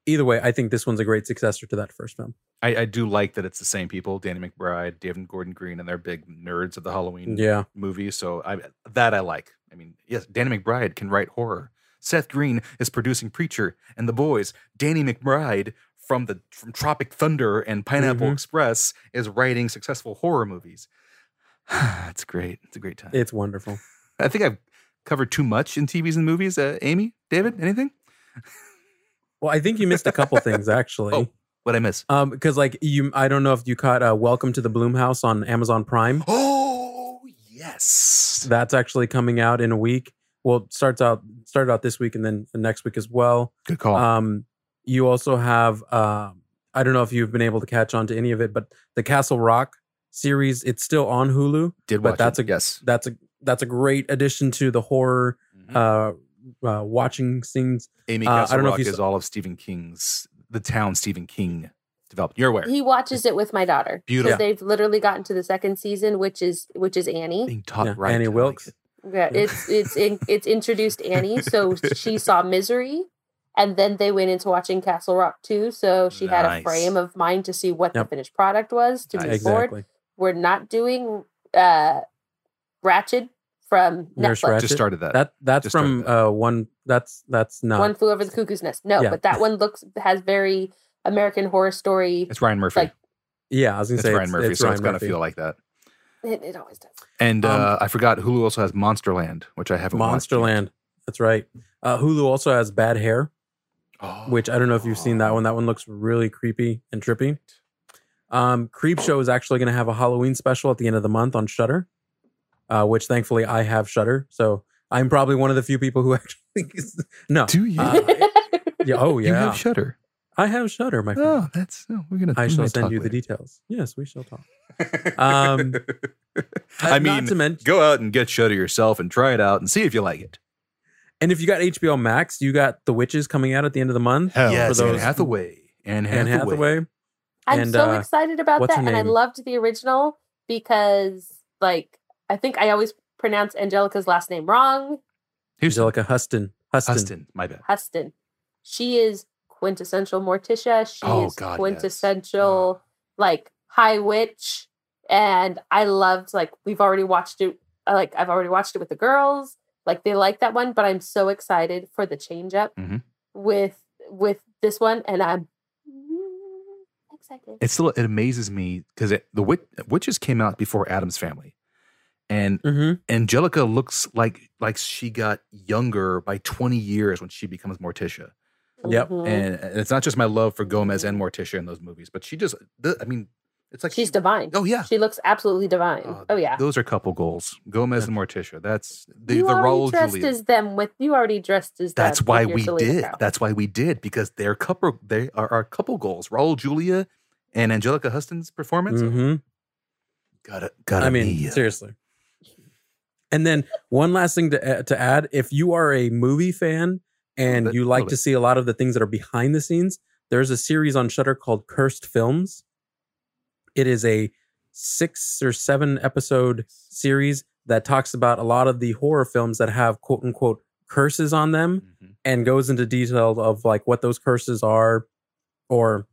either way, I think this one's a great successor to that first film. I, I do like that it's the same people danny mcbride david gordon green and they're big nerds of the halloween Yeah, movie so i that i like i mean yes danny mcbride can write horror seth green is producing preacher and the boys danny mcbride from the from tropic thunder and pineapple Mhm. express is writing successful horror movies [sighs] it's great it's a great time it's wonderful. I think I've covered too much in TVs and movies. Uh, Amy, David, anything? Well, I think you missed [laughs] a couple things actually. Oh. What I miss? Um, because like you, I don't know if you caught uh, "Welcome to the Bloom House" on Amazon Prime. Oh yes, That's actually coming out in a week. Well, it starts out started out this week and then next week as well. good call. Um, you also have uh, I don't know if you've been able to catch on to any of it, but the Castle Rock series it's still on Hulu. Did but watch that's it. a- yes. That's a that's a great addition to the horror Mhm. uh, uh, watching scenes. Amy Uh, I Castle don't know if Rock you is all of Stephen King's, the town Stephen King developed. You're aware. He watches it with my daughter. 'cause Beautiful. They've literally gotten to the second season, which is which is Annie. Being taught Yeah, right. Annie I like Wilkes. it. Yeah, it's it's in, it's introduced Annie, so she saw Misery, and then they went into watching Castle Rock too. So she had a Nice. frame of mind to see what Yep. the finished product was to Nice. move forward. Exactly. We're not doing uh, Ratchet from Nurse Netflix. Ratched. Just started that. That that's Just from started that. uh one. That's that's not One flew over the cuckoo's nest. No, Yeah. but that one looks has very American Horror Story. it's Ryan Murphy. like, Yeah, I was gonna it's say Ryan Murphy, so Ryan it's gotta Murphy. feel like that. It, it always does. And Um, uh, I forgot Hulu also has Monsterland, which I haven't watched yet. Monsterland. That's right. Uh, Hulu also has Bad Hair, Oh. which I don't know if you've seen that one. That one looks really creepy and trippy. Um, Creep Show is actually going to have a Halloween special at the end of the month on Shutter, uh, which thankfully I have Shutter, so I'm probably one of the few people who [laughs] actually think is no. Do you? Uh, yeah, oh You yeah, have Shutter. I have Shutter, my friend. Oh, that's oh, we're gonna. I we shall might send talk you the later. details. Yes, we shall talk. Um, I Uh, not mean, to mention, [laughs] go out and get Shutter yourself and try it out and see if you like it. and if you got HBO Max, you got The Witches coming out at the end of the month. Hell, yes, Oh, for Anne those- Hathaway. Anne Anne Hathaway. Hathaway. I'm And, so uh, excited about what's that, her and I name? loved the original because, like, I think I always pronounce Angelica's last name wrong. Here's Angelica Huston. Huston. Huston. My bad. Huston. She is quintessential Morticia. She Oh, is God, yes. Uh-huh. quintessential like high witch, and I loved like we've already watched it. I Like I've already watched it with the girls. Like they like that one, but I'm so excited for the change up Mm-hmm. Mhm. with with this one, and I'm Mm-hmm. excited. It still it amazes me because the wit- witches came out before Adam's Family, and Mm-hmm. Angelica looks like like she got younger by 20 years when she becomes Morticia. Yep, Mhm. And, and it's not just my love for Gomez and Morticia in those movies, but she just the, I mean, it's like she's she- divine. Oh yeah. She looks absolutely divine. Oh, [laughs] oh yeah. Those are couple goals. Gomez and Morticia. That's the, you the already Raul dressed Julia. as them with you already dressed as That's them with why your we Selena did. Kyle. That's why we did because they're couple. They are our couple goals. Raul Julia and Angelica Huston's performance. hmm Gotta, gotta I mean, be, uh, seriously. And then one last thing to to add: if you are a movie fan and bit, you little like to bit. see a lot of the things that are behind the scenes, there's a series on Shutter called Cursed Films. It is a six or seven episode series that talks about a lot of the horror films that have quote unquote curses on them. mhm. and goes into detail of like what those curses are or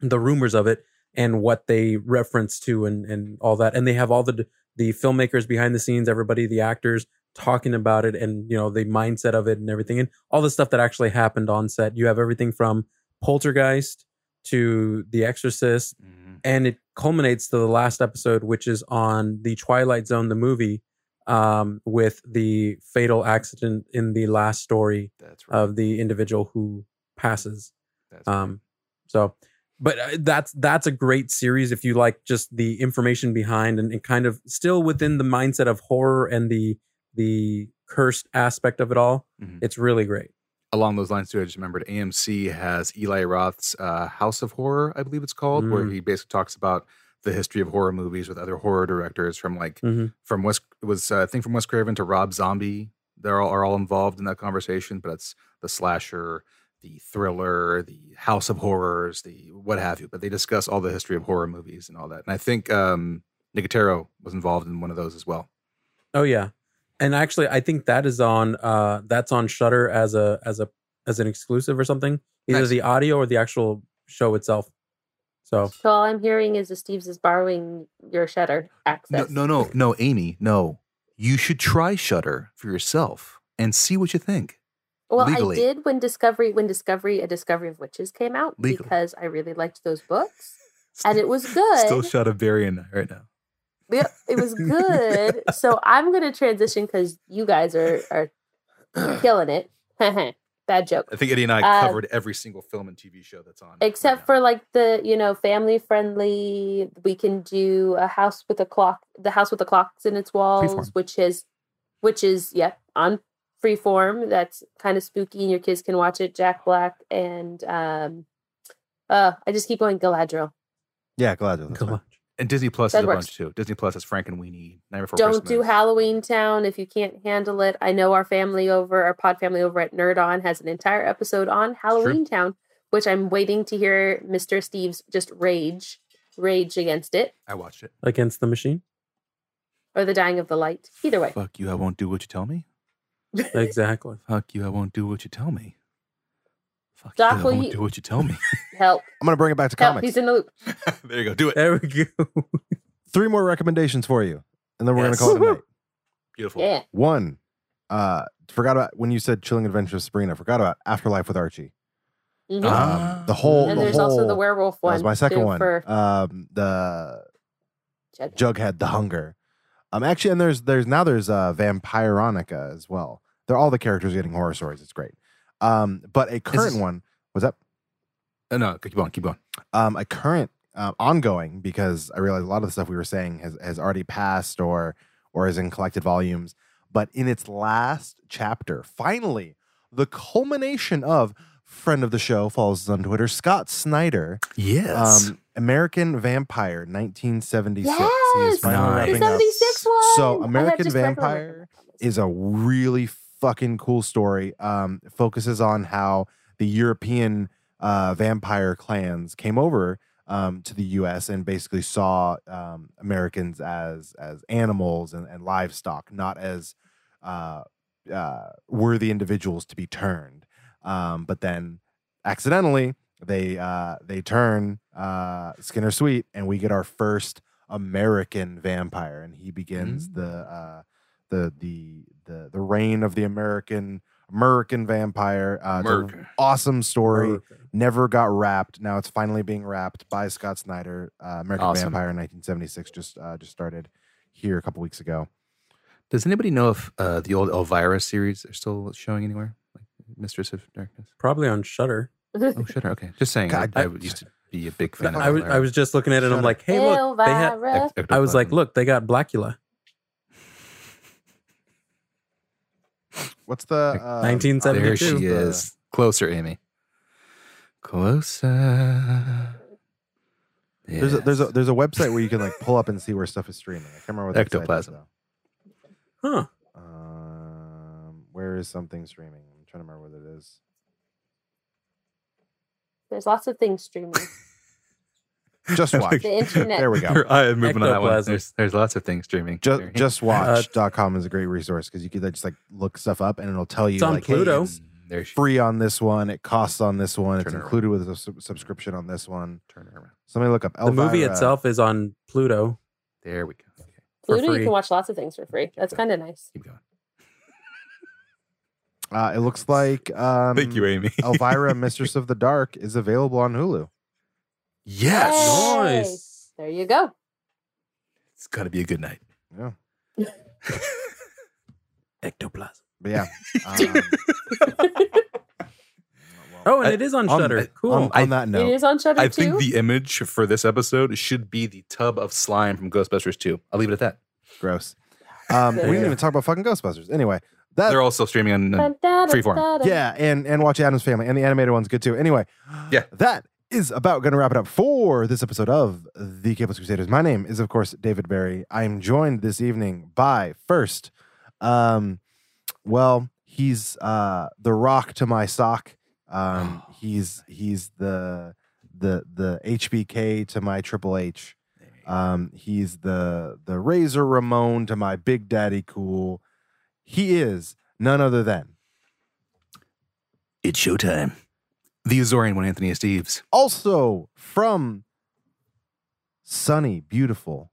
the rumors of it and what they reference to and and all that and they have all the the filmmakers behind the scenes everybody the actors talking about it and you know the mindset of it and everything and all the stuff that actually happened on set you have everything from poltergeist to the exorcist Mhm. and it culminates to the last episode which is on the twilight zone the movie um, with the fatal accident in the last story That's right. of the individual who passes. That's right. Um, so, but uh, that's that's a great series if you like just the information behind and, and kind of still within the mindset of horror and the the cursed aspect of it all. Mm-hmm. Mhm. It's really great. Along those lines too, I just remembered AMC has Eli Roth's uh, House of Horror, I believe it's called, where Mm. he basically talks about the history of horror movies with other horror directors from like Mhm. from West it was uh, I think from Wes Craven to Rob Zombie. They're all are all involved in that conversation, but it's the slasher, the thriller, the House of Horrors, the what have you. But they discuss all the history of horror movies and all that. And I think um, Nicotero was involved in one of those as well. Oh yeah, and actually, I think that is on uh, that's on Shutter as a as a as an exclusive or something. Either Nice. the audio or the actual show itself. So So all I'm hearing is that Steve's is borrowing your shutter No, access. no, no, no, Amy, no. You should try Shutter for yourself and see what you think. Well, legally. I did when Discovery, when Discovery, a Discovery of Witches came out Legally. because I really liked those [laughs] books, and it was good. Still shot a Varian right now. Yep, it was good. so I'm gonna transition because you guys are [clears throat] are killing it. [laughs] Bad joke. I think Eddie and I Uh, covered every single film and TV show that's on. right Except now. for like the you know family friendly, we can do a house with a clock, the house with the clocks in its walls, Freeform. which is, which is yeah on freeform. That's kind of spooky, and your kids can watch it. Jack Black and um, uh, I just keep going Galadriel. yeah, glad. that's fine. Galadriel. And Disney Plus That is a works. bunch too. Disney Plus is Frank and Weenie, Nightmare Before Don't Christmas. do Halloween Town if you can't handle it. I know our family over, our pod family over at Nerd On has an entire episode on Halloween Town, which I'm waiting to hear Mr. Steve's just rage, rage against it, I watched it. against the machine. or the dying of the light. Either way. Fuck you! I won't do what you tell me. Eh, Exactly. Fuck you! I won't do what you tell me. Fuck Doc, you! I will won't you- do what you tell me. Help. I'm going to bring it back to Help. comics. He's in the loop. [laughs] there you go. Do it. There we go. Three more recommendations for you, and then we're Yes. going to call it a night. Beautiful. Yeah. One, uh, forgot about when you said Chilling Adventures of Sabrina. Forgot about Afterlife with Archie. Mhm. Um, Ah. the whole, and the there's whole, also the werewolf that one. was my second too, one. For Um, the Jughead. Jughead, the Hunger. Um, actually, and there's there's now there's uh, Vampironica as well. They're all the characters getting horror stories. It's great. Um, but a current this- one was that Uh, no, keep on. Keep on. um, a current uh, ongoing because I realize a lot of the stuff we were saying has has already passed or or is in collected volumes. But in its last chapter, finally, the culmination of friend of the show follows us on Twitter, Scott Snyder, Yes. um, American Vampire, 1976. He is Yes, finally Nice. the wrapping up 76 one. So, I have American just regular Vampire werewolf comics. is a really fucking cool story. Um, it focuses on how the European uh, vampire clans came over um, to the U.S. and basically saw um, Americans as as animals and, and livestock, not as uh, uh, worthy individuals to be turned. Um, but then, accidentally, they uh, they turn uh, Skinner Sweet, and we get our first American vampire, and he begins the uh, the the the the reign of the American American vampire. Uh, it's an Merc. awesome story. Never got wrapped. Now it's finally being wrapped by Scott Snyder. Uh, American Awesome. Vampire in 1976 just uh, just started here a couple weeks ago. Does anybody know if uh, the old Elvira series are still showing anywhere? Like Mistress of Darkness? Probably on Shutter. Oh, Shutter. Okay. Just saying. I, God, I I- used to be a big fan of I was Elvira. I was just looking at it. and I'm Shudder. like, hey, look, they had. Elvira. Ect- I was like, ectoplasm. look, they got Blackula. What's the uh, 1972. There she the- is. Closer, Amy. Closer. There's a, there's a Yes. there's a website where you can like pull up and see where stuff is streaming. I can't remember what that site is, Ectoplasm. though. Huh. Um, where is something streaming? I'm trying to remember what it is. There's lots of things streaming. [laughs] Just watch. The internet. there we go. Her eye is moving on that one. Ectoplasm. There's, there's lots of things streaming. Just Very- Uh, justwatch.com is a great resource because you can like, just like look stuff up and it'll tell you It's on like hey, Pluto. it's There she free on this one. It costs on this one. It's Turn it around. included with a sub- subscription on this one. Turn her around. Somebody look up The movie Elvira. itself is on Pluto. There we go. Okay, for Pluto, you free. can watch lots of things for free. That's kind of nice. keep going. Uh, it looks like um, Amy. [laughs] Elvira, Mistress of the Dark, is available on Hulu. Yes. Yay! Nice. There you go. It's got to be a good night. Yeah, Ectoplasm. but [laughs] yeah. Um, Oh, and I- it is on um, Shutter. I- cool. on, I- on that It note, is on Shutter I too. think the image for this episode should be the tub of slime from Ghostbusters 2. I'll leave it at that. gross. Um, we Yeah. didn't even talk about fucking Ghostbusters. Anyway, that They're also streaming on. on- Freeform. Yeah, and and watch Adam's Family, and the animated one's good too. Anyway, Yeah. that is about going to wrap it up for this episode of the Campus Crusaders. My name is, of course, David Barry. I am joined this evening by first, um, well, he's uh the rock to my sock. Um, he's he's the the the HBK to my Triple H. Um, he's the the Razor Ramon to my Big Daddy Cool. He is none other than It's showtime. The Azorian one, Anthony Steves. also from sunny, beautiful.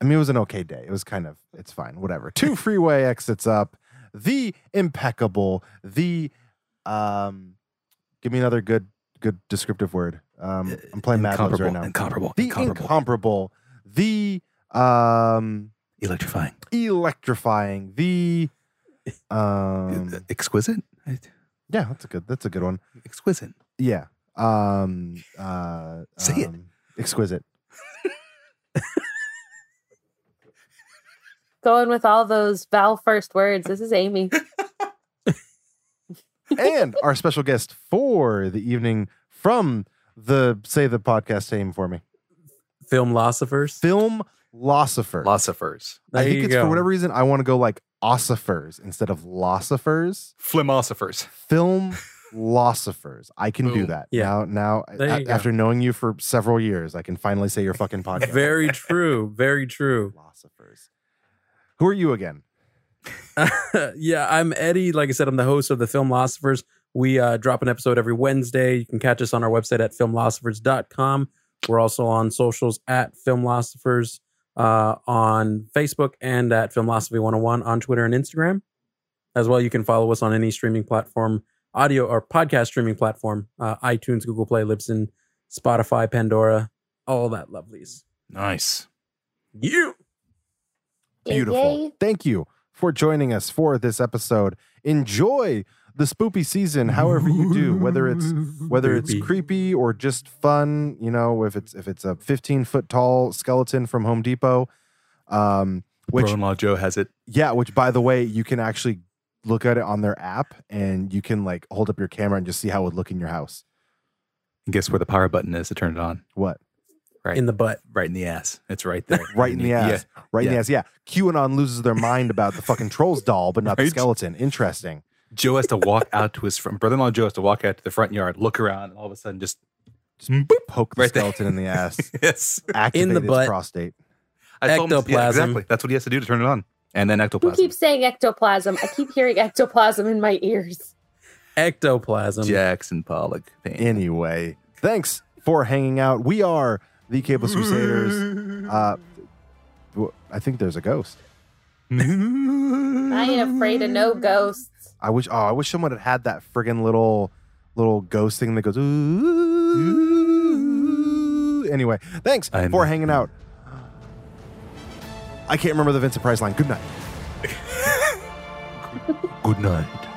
I mean, it was an okay day. It was kind of, it's fine, whatever. [laughs] Two freeway exits up, the impeccable, the, um, give me another good, good descriptive word. Um, I'm playing Mad Libs right now. Uh, incomparable, incomparable, the incomparable. incomparable, the, um, Electrifying. electrifying, the, [laughs] um, Uh, Exquisite? yeah, that's a good, that's a good one. Exquisite. Yeah. Um uh Say it. um, Exquisite. Going with all those vowel first words. This is Amy. and our special guest for the evening from the say the podcast name for me. Filmlosophers. Film Lossifer. Philosophers. I There think you it's go. for whatever reason I want to go like ossifers instead of lossifers. Philosophers. Film Lossifers. I can do Boom. that. Now, Yeah. now There a- you go. after knowing you for several years, I can finally say your fucking podcast. [laughs] Very true. Very true. Lossifers. Who are you again? [laughs] yeah, I'm Eddie. Like I said, I'm the host of the Filmlosophers. We uh, drop an episode every Wednesday. You can catch us on our website at filmlosophers.com. We're also on socials at Filmlosophers uh, on Facebook and at Filmlosophy101 on Twitter and Instagram. As well, you can follow us on any streaming platform, audio or podcast streaming platform, uh, iTunes, Google Play, Libsyn, Spotify, Pandora, all that lovelies. Nice. You. Yay, [laughs] Beautiful. yay. Thank you for joining us for this episode. Enjoy the spoopy season, however you do, whether it's whether it's Spoopy. creepy or just fun, you know, if it's if it's a 15 foot tall skeleton from Home Depot. Um which Law Joe has it. yeah, which by the way, you can actually look at it on their app and you can like hold up your camera and just see how it would look in your house. And guess where the power button is to turn it on? What? in the butt. Right in the ass. It's right there. [laughs] Right in the ass. Right in the Yeah. ass. Yeah. QAnon loses their mind about the fucking trolls doll, but not the Right? skeleton. Interesting. Joe has to walk out to his front. Brother-in-law Joe has to walk out to the front yard, look around, and all of a sudden just Poke the Right there. skeleton in the ass. [laughs] yes. Activate the butt. its prostate. I told him- yeah, Ectoplasm. exactly. That's what he has to do to turn it on, and then Who ectoplasm. keeps saying ectoplasm? I keep hearing ectoplasm in my ears. Ectoplasm. Jackson Pollock. Pain. Anyway, thanks for hanging out. We are the Capeless Crusaders. [laughs] Uh, w- I think there's a ghost. I ain't afraid of [laughs] no ghosts. I wish. Oh, I wish someone had had that friggin' little little ghost thing that goes. Ooh. Anyway, thanks I'm- for hanging out. I can't remember the Vincent Price line. Good night. [laughs] Good night.